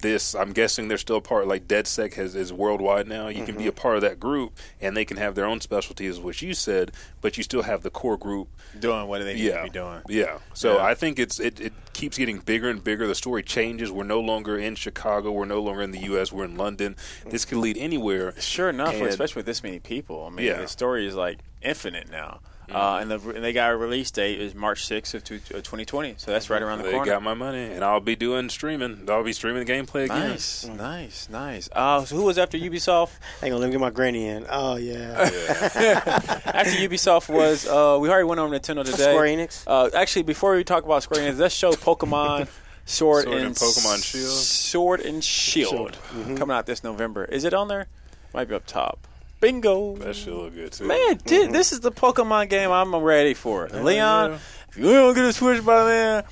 C: this. I'm guessing they're still part like DedSec has is worldwide now. You can be a
B: Mm-hmm.
C: part of that group, and they can have their own specialties, which you said, but you still have the core group.
B: doing what they need
C: Yeah,
B: to be doing.
C: yeah. So
B: Yeah.
C: I think it's it, it keeps getting bigger and bigger. The story changes. We're no longer in Chicago. We're no longer in the U.S. We're in London. This could lead anywhere.
B: Sure enough,
C: And-
B: especially with this many people. I mean,
C: Yeah. Mm-hmm.
B: the story is like infinite now. Uh, and, the, and they got a release date is March 6th of two- of 2020. So that's right around the
C: They
B: corner.
C: got my money, and I'll be doing streaming. I'll be streaming the gameplay again.
B: nice, nice, nice. Uh, so who was after Ubisoft?
A: Hang on, let me get my granny in. Oh yeah,
B: After Ubisoft was, uh, we already went over Nintendo today.
A: Square Enix?
B: Uh, actually, before we talk about Square Enix, let's show Pokemon Sword,
C: Sword and Pokemon Shield. Mm-hmm.
B: Sword and Shield, coming out this November. Is it on there? Might be up top. Bingo.
C: That should look good too.
B: Man, di- this is the Pokemon game I'm ready for. Leon, if you don't get a Switch by then,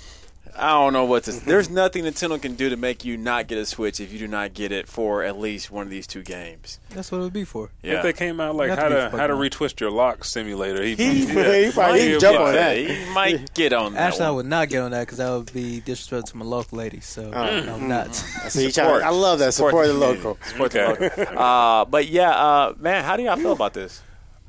B: I don't know what to. There's nothing Nintendo can do to make you not get a Switch if you do not get it for at least one of these two games.
D: That's what it would be for.
C: If they came out like
D: Not
C: how
D: to be
C: to how to
D: Pokemon.
C: retwist your lock simulator, he'd
B: He-
C: be, yeah.
A: he probably- he'd
C: He'd
A: jump
C: be
A: on
C: like,
A: that.
B: You might get on that.
D: Actually, I
B: one.
D: would not get on that because that would be disrespectful to my local lady. So I'm not.
A: so you try, I love that support, the
B: community.
A: local.
B: Support
C: Okay.
B: the local. Uh, but yeah, uh, man, how do y'all feel about this?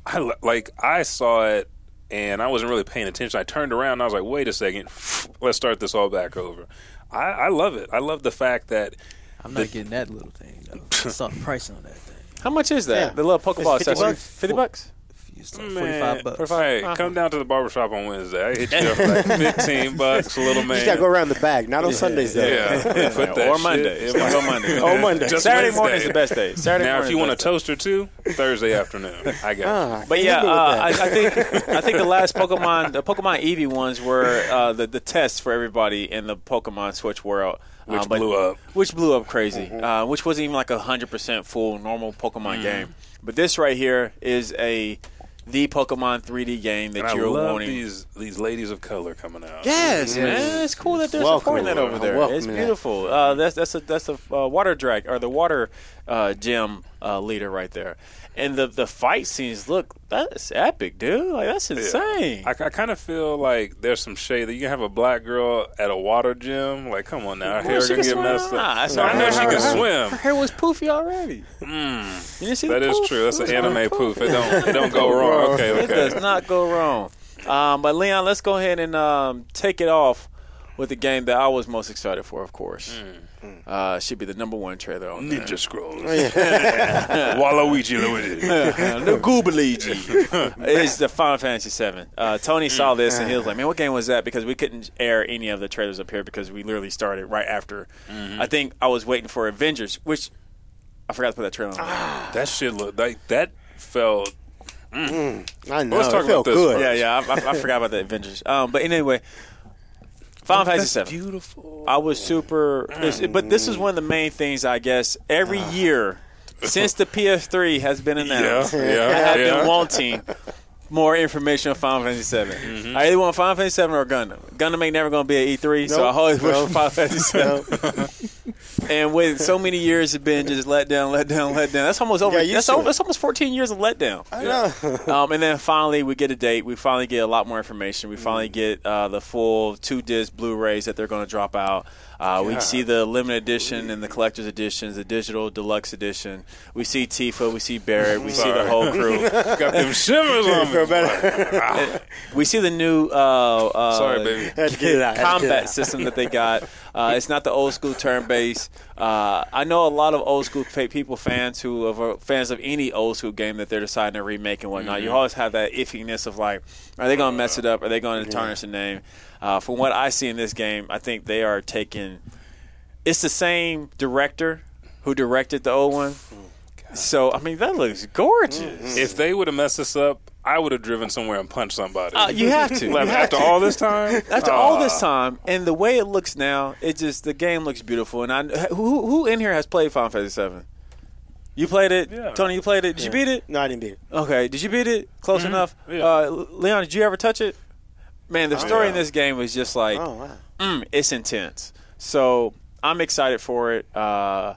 C: I li- like I saw it and I wasn't really paying attention. I turned around and I was like, "Wait a second, let's start this all back over." I, I love it. I love the fact that
D: I'm not getting that little thing. Though. I saw the price on that thing.
B: How much is that?
A: Yeah.
B: The little Pokeball
A: It's 50
B: accessory.
A: bucks.
B: Fifty bucks.
D: It's like 45 bucks.
C: Hey,
B: Uh-huh.
C: come down to the barbershop on Wednesday. I hit you up for like fifteen bucks, little man.
A: You just gotta go around the back, not on Sundays though.
C: Yeah, Put that
B: or
C: shit
B: Monday.
C: in
B: Or
C: my-
B: Monday.
A: Oh, Monday.
C: Just
B: Saturday
C: Wednesday.
B: morning is the best day. Saturday
C: Now,
B: morning
C: if
B: is
C: you
B: the
C: want a
B: best day.
C: toaster too, Thursday afternoon. I got.
A: Ah, I
C: you.
A: can't
B: But yeah,
A: get with
B: uh, I, I
A: that.
B: think I think the last Pokemon, the Pokemon Eevee ones were uh, the the test for everybody in the Pokemon Switch world,
C: Which
B: Uh, but-
C: blew up. Mm-hmm.
B: which blew up crazy, uh, which wasn't even like a hundred percent full normal
C: Mm.
B: Pokemon game. But this right here is a the Pokemon 3D game that
C: And I
B: you're
C: love
B: wanting.
C: these these ladies of color coming out.
B: Yes, man, it's cool that they're
A: Welcome
B: supporting
A: it.
B: that over there.
A: Welcome
B: it's
A: it.
B: beautiful. Uh, that's that's a that's a uh, water drag or the water uh, gym uh, leader right there, and the the fight scenes look that's epic, dude. Like that's insane.
C: I, I kind of feel like there's some shade that you can have a black girl at a water gym. Like, come on now, her hair
B: she can
C: gonna get
B: swim.
C: messed
B: Nah, I
C: up.
B: saw
C: I know
B: her-
C: she can
B: her-
C: swim. Hmm.
B: Her hair was poofy already. You didn't see
C: That
B: the
C: is
B: poof?
C: true. That's
B: It was
C: an anime
B: already
C: poof. It don't it don't go wrong. Okay,
B: It does
C: okay.
B: not go wrong. Um, but Leon, let's go ahead and um, take it off with the game that I was most excited for, of course.
C: Mm.
B: Uh, should be the number one trailer on there.
C: Ninja Scrolls. Waluigi Luigi.
B: the Goobleigi is the Final Fantasy VII. Uh,
C: Mm.
B: Tony saw this and he was like, "Man, what game was that?" Because we couldn't air any of the trailers up here because we literally started right after.
C: Mm-hmm.
B: I think I was waiting for Avengers, which I forgot to put that trailer on.
C: That shit look like that felt.
A: I know.
C: Let's
A: it
C: talk about
A: felt
C: this
A: good.
C: first.
B: yeah, yeah, I, I, I forgot about the Avengers. Um, but anyway, Final Fantasy VII.
C: beautiful.
B: I was super, it's- but this is one of the main things, I guess. Every year since the PS3 has been
C: Yeah,
B: announced, I
C: yeah,
B: have
C: yeah.
B: been wanting more information on Final Fantasy VII. I either want Final Fantasy VII or Gundam. Gundam ain't never going to be at E3, so I
A: Nope.
B: always wish
A: Nope.
B: for Final Fantasy VII.
A: Nope.
B: And with so many years of being just let down, let down, let down, that's almost over.
A: Yeah, you
B: that's,
A: should.
B: al- that's almost 14 years of letdown. I know. um, and then finally, we get a date. We finally get a lot more information. We finally
C: Mm-hmm.
B: get uh, the full two disc Blu rays that they're going to drop out. Uh, we see the limited edition and the collector's editions, the digital deluxe edition. We see Tifa, we see Barrett, we see the
C: Sorry.
B: whole crew.
C: Got them shivers on me. Ah,
B: we see the new uh, uh,
C: Sorry, baby.
A: Had to get it out. Had to get it
B: combat
A: out.
B: system that they got. Uh, it's not the old school turn based. Uh, I know a lot of old school fa- people fans who are fans of any old school game that they're deciding to remake and whatnot. You always have that iffiness of like, are they going to mess it up? Are they going to tarnish the name? Uh, from what I see in this game, I think they are taking. It's the same director who directed the old one. So I mean that looks gorgeous.
C: If they would have messed this up, I would have driven somewhere and punched somebody.
B: Uh, you have to. You
C: Like,
B: have
C: after
B: to.
C: all this time,
B: After
C: Uh,
B: all this time, and the way it looks now, it just the game looks beautiful. And I who who in here has played Final Fantasy Seven? You played it,
C: Yeah. Mm-hmm.
B: Tony. You played it. Did you beat it?
A: No, I didn't beat it.
B: Okay. Did you beat it? Close enough.
C: Yeah. Oh,
B: Uh, Leon, did you ever touch it? Man, the story in
C: yeah.
B: this game is just like
A: Oh wow.
B: mm, it's intense. So I'm excited for it. Uh,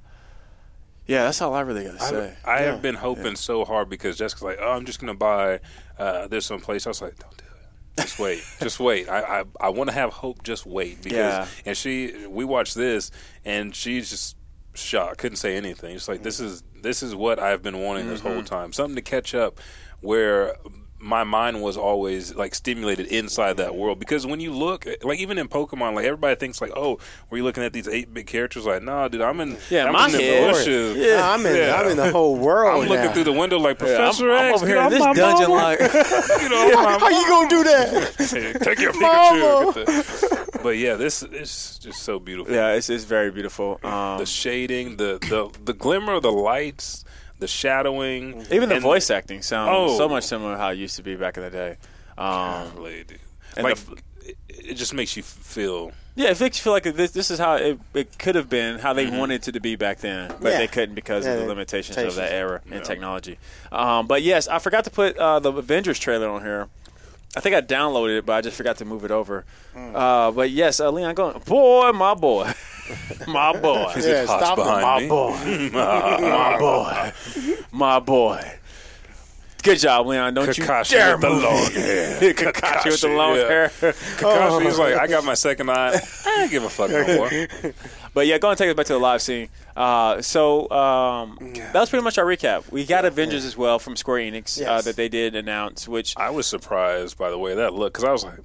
B: yeah, that's all I really got to
C: I,
B: say.
C: I have been hoping so hard because Jessica's like, oh, I'm just gonna buy uh, this someplace. I was like, don't do it. Just wait. just wait. I I, I want to have hope. Just wait because
B: Yeah.
C: and she we watched this and she's just shocked. Couldn't say anything. It's like
B: Mm.
C: this is this is what I've been wanting this whole
B: Mm-hmm.
C: time. Something to catch up where my mind was always like stimulated inside that world because when you look like even in Pokemon, like everybody thinks like, oh, were you looking at these eight bit characters? Like, nah, dude, I'm in
B: Yeah,
C: I'm
B: my
C: in the
B: head.
C: bushes.
A: Yeah, I'm in.
C: Yeah.
A: I'm in the whole world.
C: I'm looking
A: now.
C: through the window like Professor
B: I'm, I'm
C: X.
B: over
C: dude,
B: here in
C: I'm
B: this
C: my
B: dungeon
C: mama.
B: like
C: you know, I'm
A: How you gonna do that?
C: Take your Pikachu. Get the- But yeah, this is just so beautiful.
B: Yeah, it's, it's very beautiful. Um,
C: The shading, the, the the glimmer of the lights, the shadowing,
B: Mm-hmm. even the
C: and-
B: voice acting sounds
C: Oh.
B: so much similar to how it used to be back in the day. Um,
C: Really, dude.
B: And
C: like
B: the-
C: it, it just makes you feel.
B: yeah, it makes you feel like this, this is how it, it could have been, how
C: Mm-hmm.
B: they wanted it to be back then, but
A: Yeah.
B: they couldn't because
A: Yeah,
B: of the
A: the
B: limitations, of
A: limitations.
B: that era and technology. Um, but yes, I forgot to put uh, the Avengers trailer on here. I think I downloaded it, but I just forgot to move it over.
A: Hmm.
B: Uh, but yes, uh, Leon, going boy, my boy, my boy.
A: Yeah,
C: Hots
A: stop
C: behind
B: my
C: me.
B: boy. my boy. My boy. Good job, Leon. Don't
C: Kakashi
B: you dare
C: with the
B: move.
C: long hair.
B: Kakashi with the long
C: yeah.
B: hair.
C: Kakashi, he's like, I got my second eye. I don't give a fuck no more.
B: But yeah, go and take us back to the live scene. Uh, so um, that was pretty much our recap. We got Avengers as well from Square Enix uh,
A: Yes.
B: that they did announce, which
C: I was surprised by the way that looked because I was like,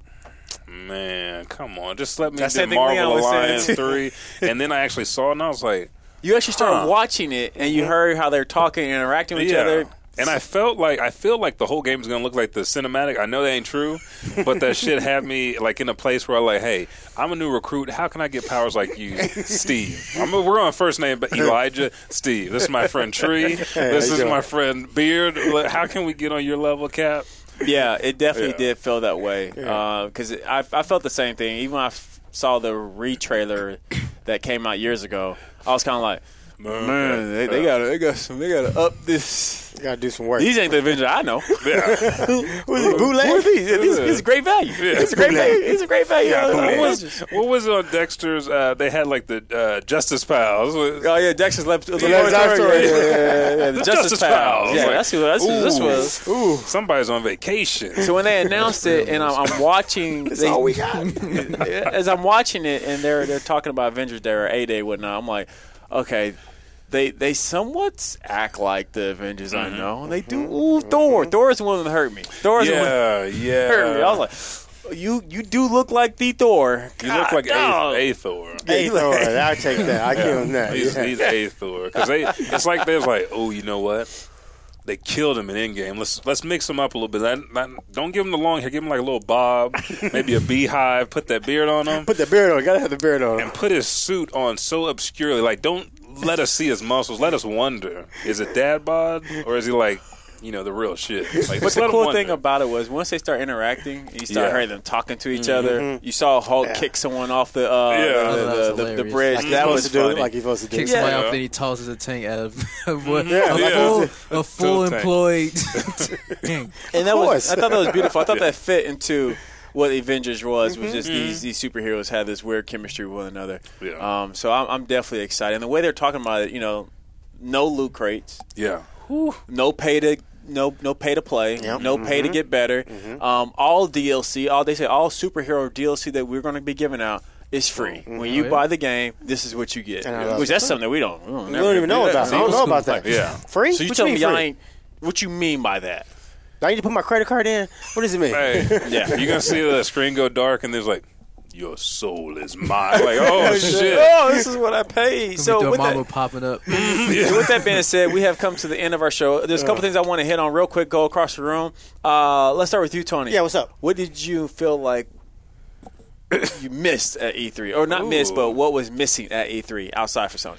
C: man, come on, just let me
B: That's
C: do
B: the thing Leon
C: Marvel
B: was saying,
C: Alliance
B: too.
C: three, and then I actually saw it and I was like,
B: you actually started
C: Huh.
B: watching it and you heard how they're talking and interacting with each
C: yeah.
B: other.
C: And I felt like I feel like the whole game is gonna look like the cinematic. I know that ain't true, but that shit had me like in a place where I'm like, hey, I'm a new recruit. How can I get powers like you, Steve? I'm a, we're on first name, but Elijah, Steve. This is my friend Tree. This
A: you
C: is
A: doing?
C: my friend Beard. Like, How can we get on your level, Cap?
B: yeah, it definitely
C: Yeah.
B: did feel that way because I, I felt the same thing. Even when I f- saw the re-trailer that came out years ago, I was kind of like, man, they, they got they got some, they got to up this.
A: Gotta do some work.
B: These ain't the Avengers I know.
A: Who's it, bootleg?
B: Who are these? These, these are great value. It's a great value. It's a great value. Uh,
C: What
B: Avengers.
C: was, what was it on Dexter's? Uh, they had like the uh, Justice Pals.
B: Oh yeah, Dexter's left. The
A: Yeah, that's
B: Laboratory.
A: right. Yeah, yeah, yeah, yeah.
B: The
C: The
B: Justice,
C: Justice
B: Pals.
C: Pals.
B: Yeah,
C: Like,
B: that's who, that's who this
C: ooh.
B: was.
C: Ooh, somebody's on vacation.
B: So when they announced it, and I'm, I'm watching, they-
A: all we got.
B: as I'm watching it, and they're they're talking about Avengers Day or A Day whatnot. I'm like, okay. They, they somewhat act like the Avengers I know, and they do. Ooh, Thor! Thor's the one that hurt me. Thor's the one that
C: yeah, yeah.
B: hurt me. I was like, you you do look like the Thor.
C: you look like
B: God,
C: a, a Thor.
A: Hey, Thor, I'll take that. I give him that.
C: He's,
A: Yeah.
C: he's a Thor because they. It's like they're like, oh, you know what? They killed him in Endgame. Let's let's mix him up a little bit. Not- not- don't give him the long hair. Give him like a little bob, maybe a beehive. Put that beard on him.
A: Put the beard on. Gotta have the beard on.
C: and put his suit on so obscurely. Like, don't let us see his muscles. Let us wonder: is it dad bod or is he like, you know, the real shit? Like,
B: But
C: just
B: the
C: let him
B: cool
C: wonder.
B: thing about it was once they start interacting, you start
C: Yeah.
B: hearing them talking to each other. You saw Hulk kick someone off the uh,
C: Yeah.
B: the-
C: Oh,
B: the,
D: that was
B: the- the
D: hilarious.
B: bridge.
A: Like he's
B: that
A: supposed
B: was
A: to do.
B: funny.
A: Like he's supposed to do.
D: Kicks
B: Yeah.
D: somebody off, then he tosses a tank out of of what-
A: Yeah.
D: a,
A: Yeah.
D: Full, a full
C: tank.
D: employed tank.
B: and that was
A: course.
B: I thought that was beautiful. I thought that fit into what Avengers was was just
D: Mm-hmm.
B: these these superheroes had this weird chemistry with one another.
C: Yeah.
B: Um, so I'm, I'm definitely excited. And the way they're talking about it, you know, no loot crates,
C: yeah,
B: no pay to no no pay to play,
A: Yep. Mm-hmm.
B: no pay to get better. Um, all DLC, all they say, all superhero DLC that we're going to be giving out is free. When you
D: Oh, yeah.
B: buy the game, this is what you get.
A: Mm-hmm. And I love
B: Which
A: it.
B: that's something that we don't we don't,
A: We don't even know about. it. I don't know about that.
C: yeah.
A: Free?
B: So you
A: what
B: tell me
A: you mean
B: y'all
A: free?
B: ain't what you mean by that?
A: I need to put my credit card in. What does it mean?
C: Hey,
B: Yeah.
C: you're gonna see the screen go dark, and there's like, your soul is mine. Like, oh shit.
B: Oh, this is what I paid.
D: So
B: So with
D: mama
B: that, Mm-hmm.
D: popping up.
B: so with that being said, we have come to the end of our show. There's a couple things I want to hit on real quick. Go across the room. Uh, let's start with you, Tony.
A: Yeah, what's up?
B: What did you feel like you missed at E3, or not
C: Ooh.
B: missed, but what was missing at E3 outside for Sony?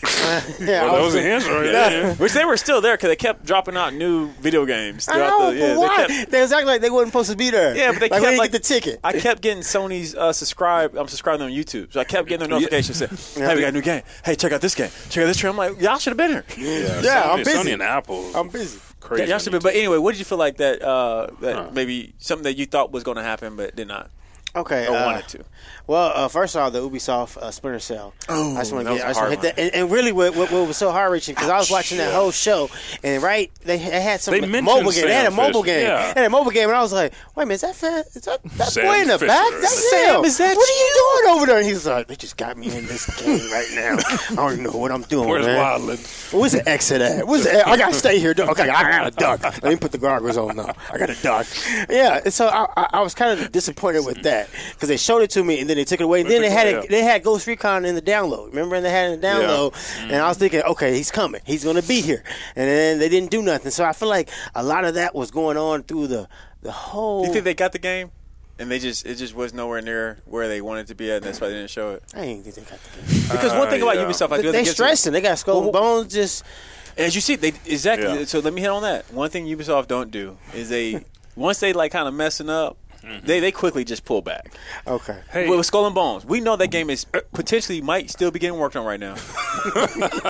A: yeah, I
C: Well, that
A: was-
C: was the answer right there.
B: Which they were still there because they kept dropping out new video games.
A: I
B: Throughout
A: know,
B: the, yeah,
A: but why?
B: They
A: They,
B: kept,
A: was acting like they wasn't supposed to be there.
B: yeah, but they
A: like,
B: kept
A: we didn't
B: like
A: get the ticket.
B: I kept getting Sony's uh, subscribe. I'm subscribed on YouTube, so I kept getting their notifications. Saying, "Hey, we got a new game. Hey, check out this game. Check out this trailer." I'm like, "Y'all should have been here."
C: Yeah,
A: Yeah, I'm
C: Sony-
A: busy.
C: Sony and Apple.
A: I'm busy.
C: crazy.
B: Yeah, y'all should be. But anyway, what did you feel like that? Uh, that
C: Huh.
B: maybe something that you thought was going to happen but did not.
A: Okay.
B: Or
A: uh,
B: wanted to.
A: Well, uh, first off, the Ubisoft uh, Splinter Cell. Oh, I just want
B: that
A: to
B: was a
A: get. I just wanna
B: hard
A: hit that. And, and really, what, what, what was so heart wrenching because I was watching that whole show, and right, they, they had some
C: They mentioned
A: mobile game. They had a
C: Sam
A: mobile
C: Fisher,
A: game.
C: yeah.
A: They had a mobile game, and I was like, "Wait a minute, is that fa- is that that
C: Sam
A: boy in the
C: Fisher.
A: back? That's
B: Sam,
A: him.
B: is that
A: what are you doing over there?" And he was like, "They just got me in this game right now. I don't know what I'm doing."
C: Where's
A: man.
C: Wildland?
A: Where's the exit at? Where's the, I gotta stay here. Okay, I gotta duck. Let me put the goggles on now. I gotta duck. Yeah, and so I, I, I was kind of disappointed with that because they showed it to me and then they took it away. And then they had it, they had Ghost Recon in the download. Remember, and they had it in the download, and I was thinking, okay, he's coming. He's gonna be here. And then they didn't do nothing. So I feel like a lot of that was going on through the the whole.
B: You think they got the game? And they just it just was nowhere near where they wanted to be at, and that's why they didn't show it.
A: I didn't think they got the game.
B: Because one thing about
C: Uh, yeah.
B: Ubisoft, I
A: They,
B: do
A: they
B: give to-
A: stressing. They got skull and bones. Just
B: As you see, they exactly.
C: Yeah.
B: So let me hit on that. One thing Ubisoft don't do is they once they like kind of messing up, they they quickly just pull back.
A: okay.
C: Mm-hmm. Hey.
B: With Skull and Bones, we know that game is uh, potentially might still be getting worked on right now.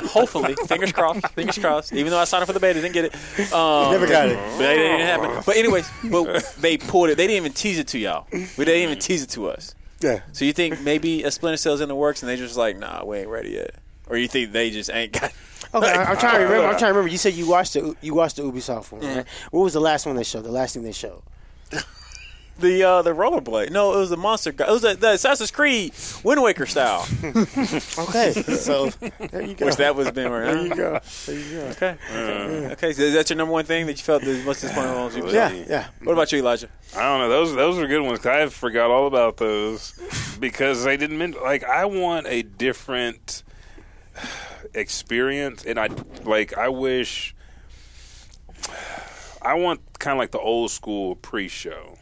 B: Hopefully, fingers crossed. Fingers crossed. Even though I signed up for the beta, didn't get it. Um,
A: Never got it.
B: But it didn't
A: Oh.
B: happen. But anyways, but they pulled it. They didn't even tease it to y'all. But they didn't even tease it to us.
A: Yeah.
B: So you think maybe a Splinter Cell's in the works, and they just like, nah, we ain't ready yet. Or you think they just ain't got?
A: Okay, I, am trying to remember. I'm trying to remember. You said you watched the you watched the Ubisoft one. Right? What was the last one they showed? The last thing they showed.
B: The uh, the rollerblade. No, it was the monster. guy. It was the, the Assassin's Creed Wind Waker style,
A: Okay, so there you go.
B: which that was been. There
A: There you go. There you go.
B: Okay. okay. So is that your number one thing that you felt the most disappointed on? Ubisoft?
A: Yeah, yeah.
B: What about you, Elijah?
C: I don't know. Those those were good ones. 'cause I forgot all about those because they didn't mention. Like I want a different experience, and I like I wish I want kind of like the old school pre-show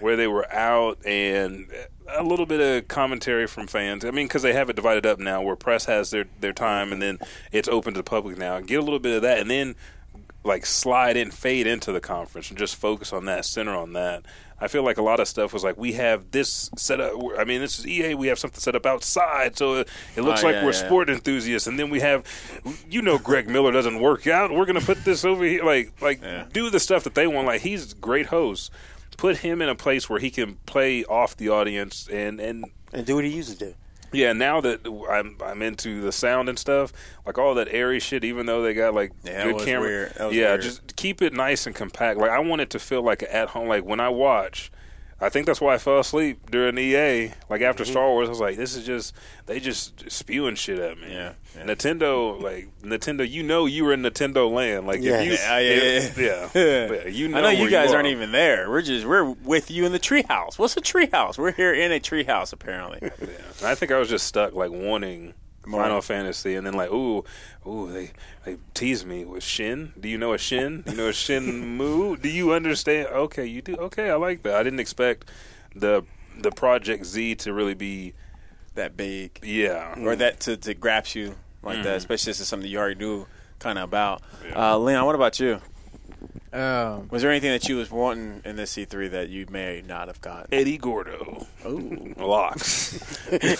C: where they were out and a little bit of commentary from fans. I mean, because they have it divided up now, where press has their their time, and then it's open to the public now. Get a little bit of that, and then like slide in, fade into the conference, and just focus on that, center on that. I feel like a lot of stuff was like we have this set up. I mean, this is EA. We have something set up outside, so it, it looks
B: Oh,
C: like
B: yeah,
C: we're
B: yeah.
C: sport enthusiasts, and then we have, you know, Greg Miller doesn't work out. We're gonna put this over here, like like do the stuff that they want. Like he's a great host. Put him in a place where he can play off the audience and and
A: And do what he used to do.
C: yeah, now that I'm I'm into the sound and stuff, like all that airy shit. Even though they got like
B: Yeah, that
C: good
B: was
C: camera,
B: weird. That was
C: yeah,
B: weird.
C: just keep it nice and compact. Like I want it to feel like at home. Like when I watch, I think that's why I fell asleep during EA. Like after
B: Mm-hmm.
C: Star Wars, I was like, this is just they just spewing shit at me.
B: Yeah,
C: Nintendo, like Nintendo, you know you were in Nintendo land. Like
A: Yeah.
C: if you,
B: Yeah, yeah,
C: if- yeah. But you know,
B: I know
C: where
B: you guys
C: are.
B: aren't even there. We're just we're with you in the treehouse. What's a treehouse? We're here in a treehouse apparently.
C: Yeah. And I think I was just stuck like wanting Final Fantasy, and then like, ooh, ooh, they they tease me with Shin. Do you know a Shin? Do you know a Shin Mu? Do you understand? Okay, you do. Okay, I like that. I didn't expect the the Project Z to really be
B: that big
C: yeah.
B: or that to to grasp you like that, especially this is something you already knew kind of about. Uh, Leon, what about you?
D: Um,
B: Was there anything that you was wanting in this C three that you may not have gotten?
C: Eddie Gordo
B: Ooh.
C: locks.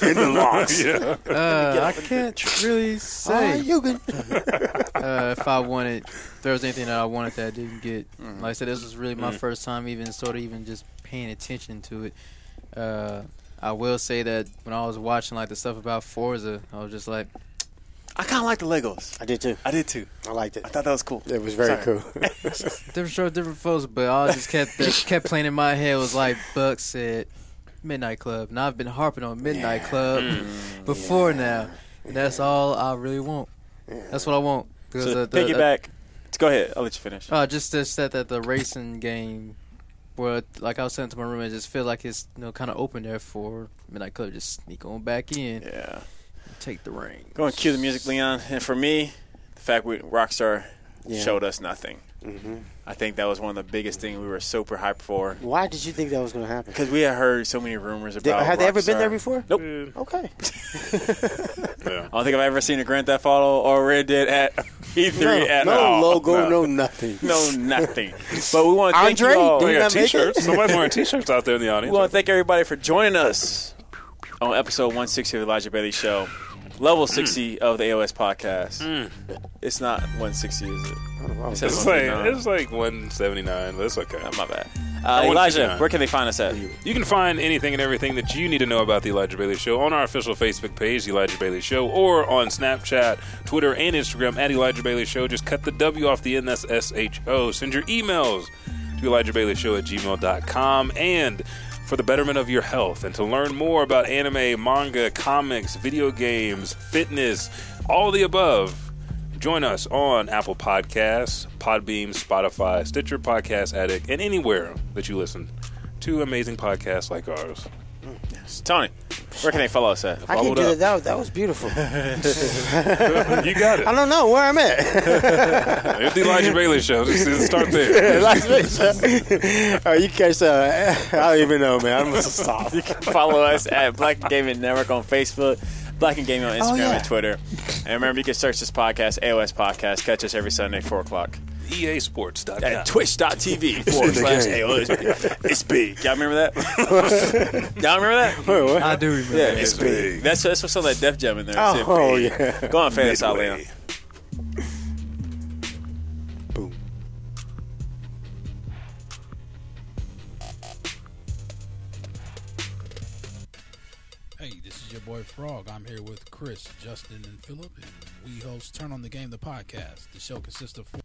B: Lost.
C: yeah.
D: uh, I can't really
A: Ah,
D: say
A: you can.
D: uh, if I wanted. If there was anything that I wanted that I didn't get.
B: Mm-hmm.
D: Like I said, this was really
B: Mm.
D: my first time even sort of even just paying attention to it. Uh, I will say that when I was watching like the stuff about Forza, I was just like,
B: I kind of like the Legos.
A: I did too.
B: I did too.
A: I liked it.
B: I thought that was cool.
A: It was very
B: Sorry.
A: cool.
D: different shows, different folks, but all I just kept that kept playing in my head was like Buck said, Midnight Club. Now I've been harping on Midnight Club
B: Mm.
D: before now, and that's all I really want. That's what I want. Because
B: So
D: uh, the-
B: piggyback. Go ahead. I'll let you finish.
D: uh, just to set that the racing game, where like I was saying to my roommate, just feel like it's you know kind of open there for Midnight Club. Just sneak on back in,
B: yeah.
D: take the ring.
B: Go and cue the music, Leon. And for me, the fact we Rockstar
A: Yeah.
B: showed us nothing. I think that was one of the biggest things we were super hyped for
A: Why did you think that was going to happen?
B: because we had heard so many rumors
A: Did,
B: about.
A: have they ever been
B: Rockstar.
A: there before?
B: Oh, Nope.
A: Okay.
B: I don't think I've ever seen a Grand Theft Auto or Red Dead at E3
A: No,
B: at
A: no
B: all.
A: logo, no,
B: no,
A: nothing.
B: no nothing. but we want to thank
A: Andre,
B: you all.
A: do you
C: We got
A: not make it?
C: t-shirts. Somebody's wearing t-shirts out there in the
B: We
C: audience.
B: want to thank everybody for joining us on episode 160 of the Elijah Bailey Show, level
C: Hmm.
B: 60 of the AOS podcast. It's not 160, is it? It says
C: it's like
B: 159.
C: it's like 179, but it's okay.
B: Oh, my bad. Uh,
C: want
B: Elijah,
C: 59.
B: where can they find us at?
C: You can find anything and everything that you need to know about The Elijah Bailey Show on our official Facebook page, The Elijah Bailey Show, or on Snapchat, Twitter, and Instagram at Elijah Bailey Show. Just cut the W off the end, that's S H O. Send your emails to Elijah Bailey Show at gmail.com. And for the betterment of your health and to learn more about anime, manga, comics, video games, fitness, all the above, Join us on Apple Podcasts, Podbeam, Spotify, Stitcher Podcast Addict, and anywhere that you listen to amazing podcasts like ours.
B: Tony, where can they follow us at?
A: I can
C: Followed
A: do
C: up.
A: that. That was, that was beautiful. I
C: You got it.
A: don't know where I'm at.
C: It's the Elijah Bailey Show. Just, just start there.
A: Las Vegas. All right, you catch. Uh, I don't even know, man. I'm just soft.
B: follow us at Black and Gaming Network on Facebook, Black and Gaming on Instagram
A: yeah.
B: and Twitter. And remember, you can search this podcast, AOS Podcast. Catch us every Sunday, 4 o'clock
C: E EASports.com.
B: at twitch.tv forward slash AOS. It's big. Y'all remember that? Y'all remember that?
D: I do remember.
B: Yeah, it's big. That's, that's what's on that Def Jam in there. It's
A: Oh
B: big.
A: yeah.
B: Go on, fade us out, Leon.
H: Hey, this is your boy Frog. I'm here with Chris, Justin, and Philip, and we host Turn on the Game, the podcast. The show consists of four.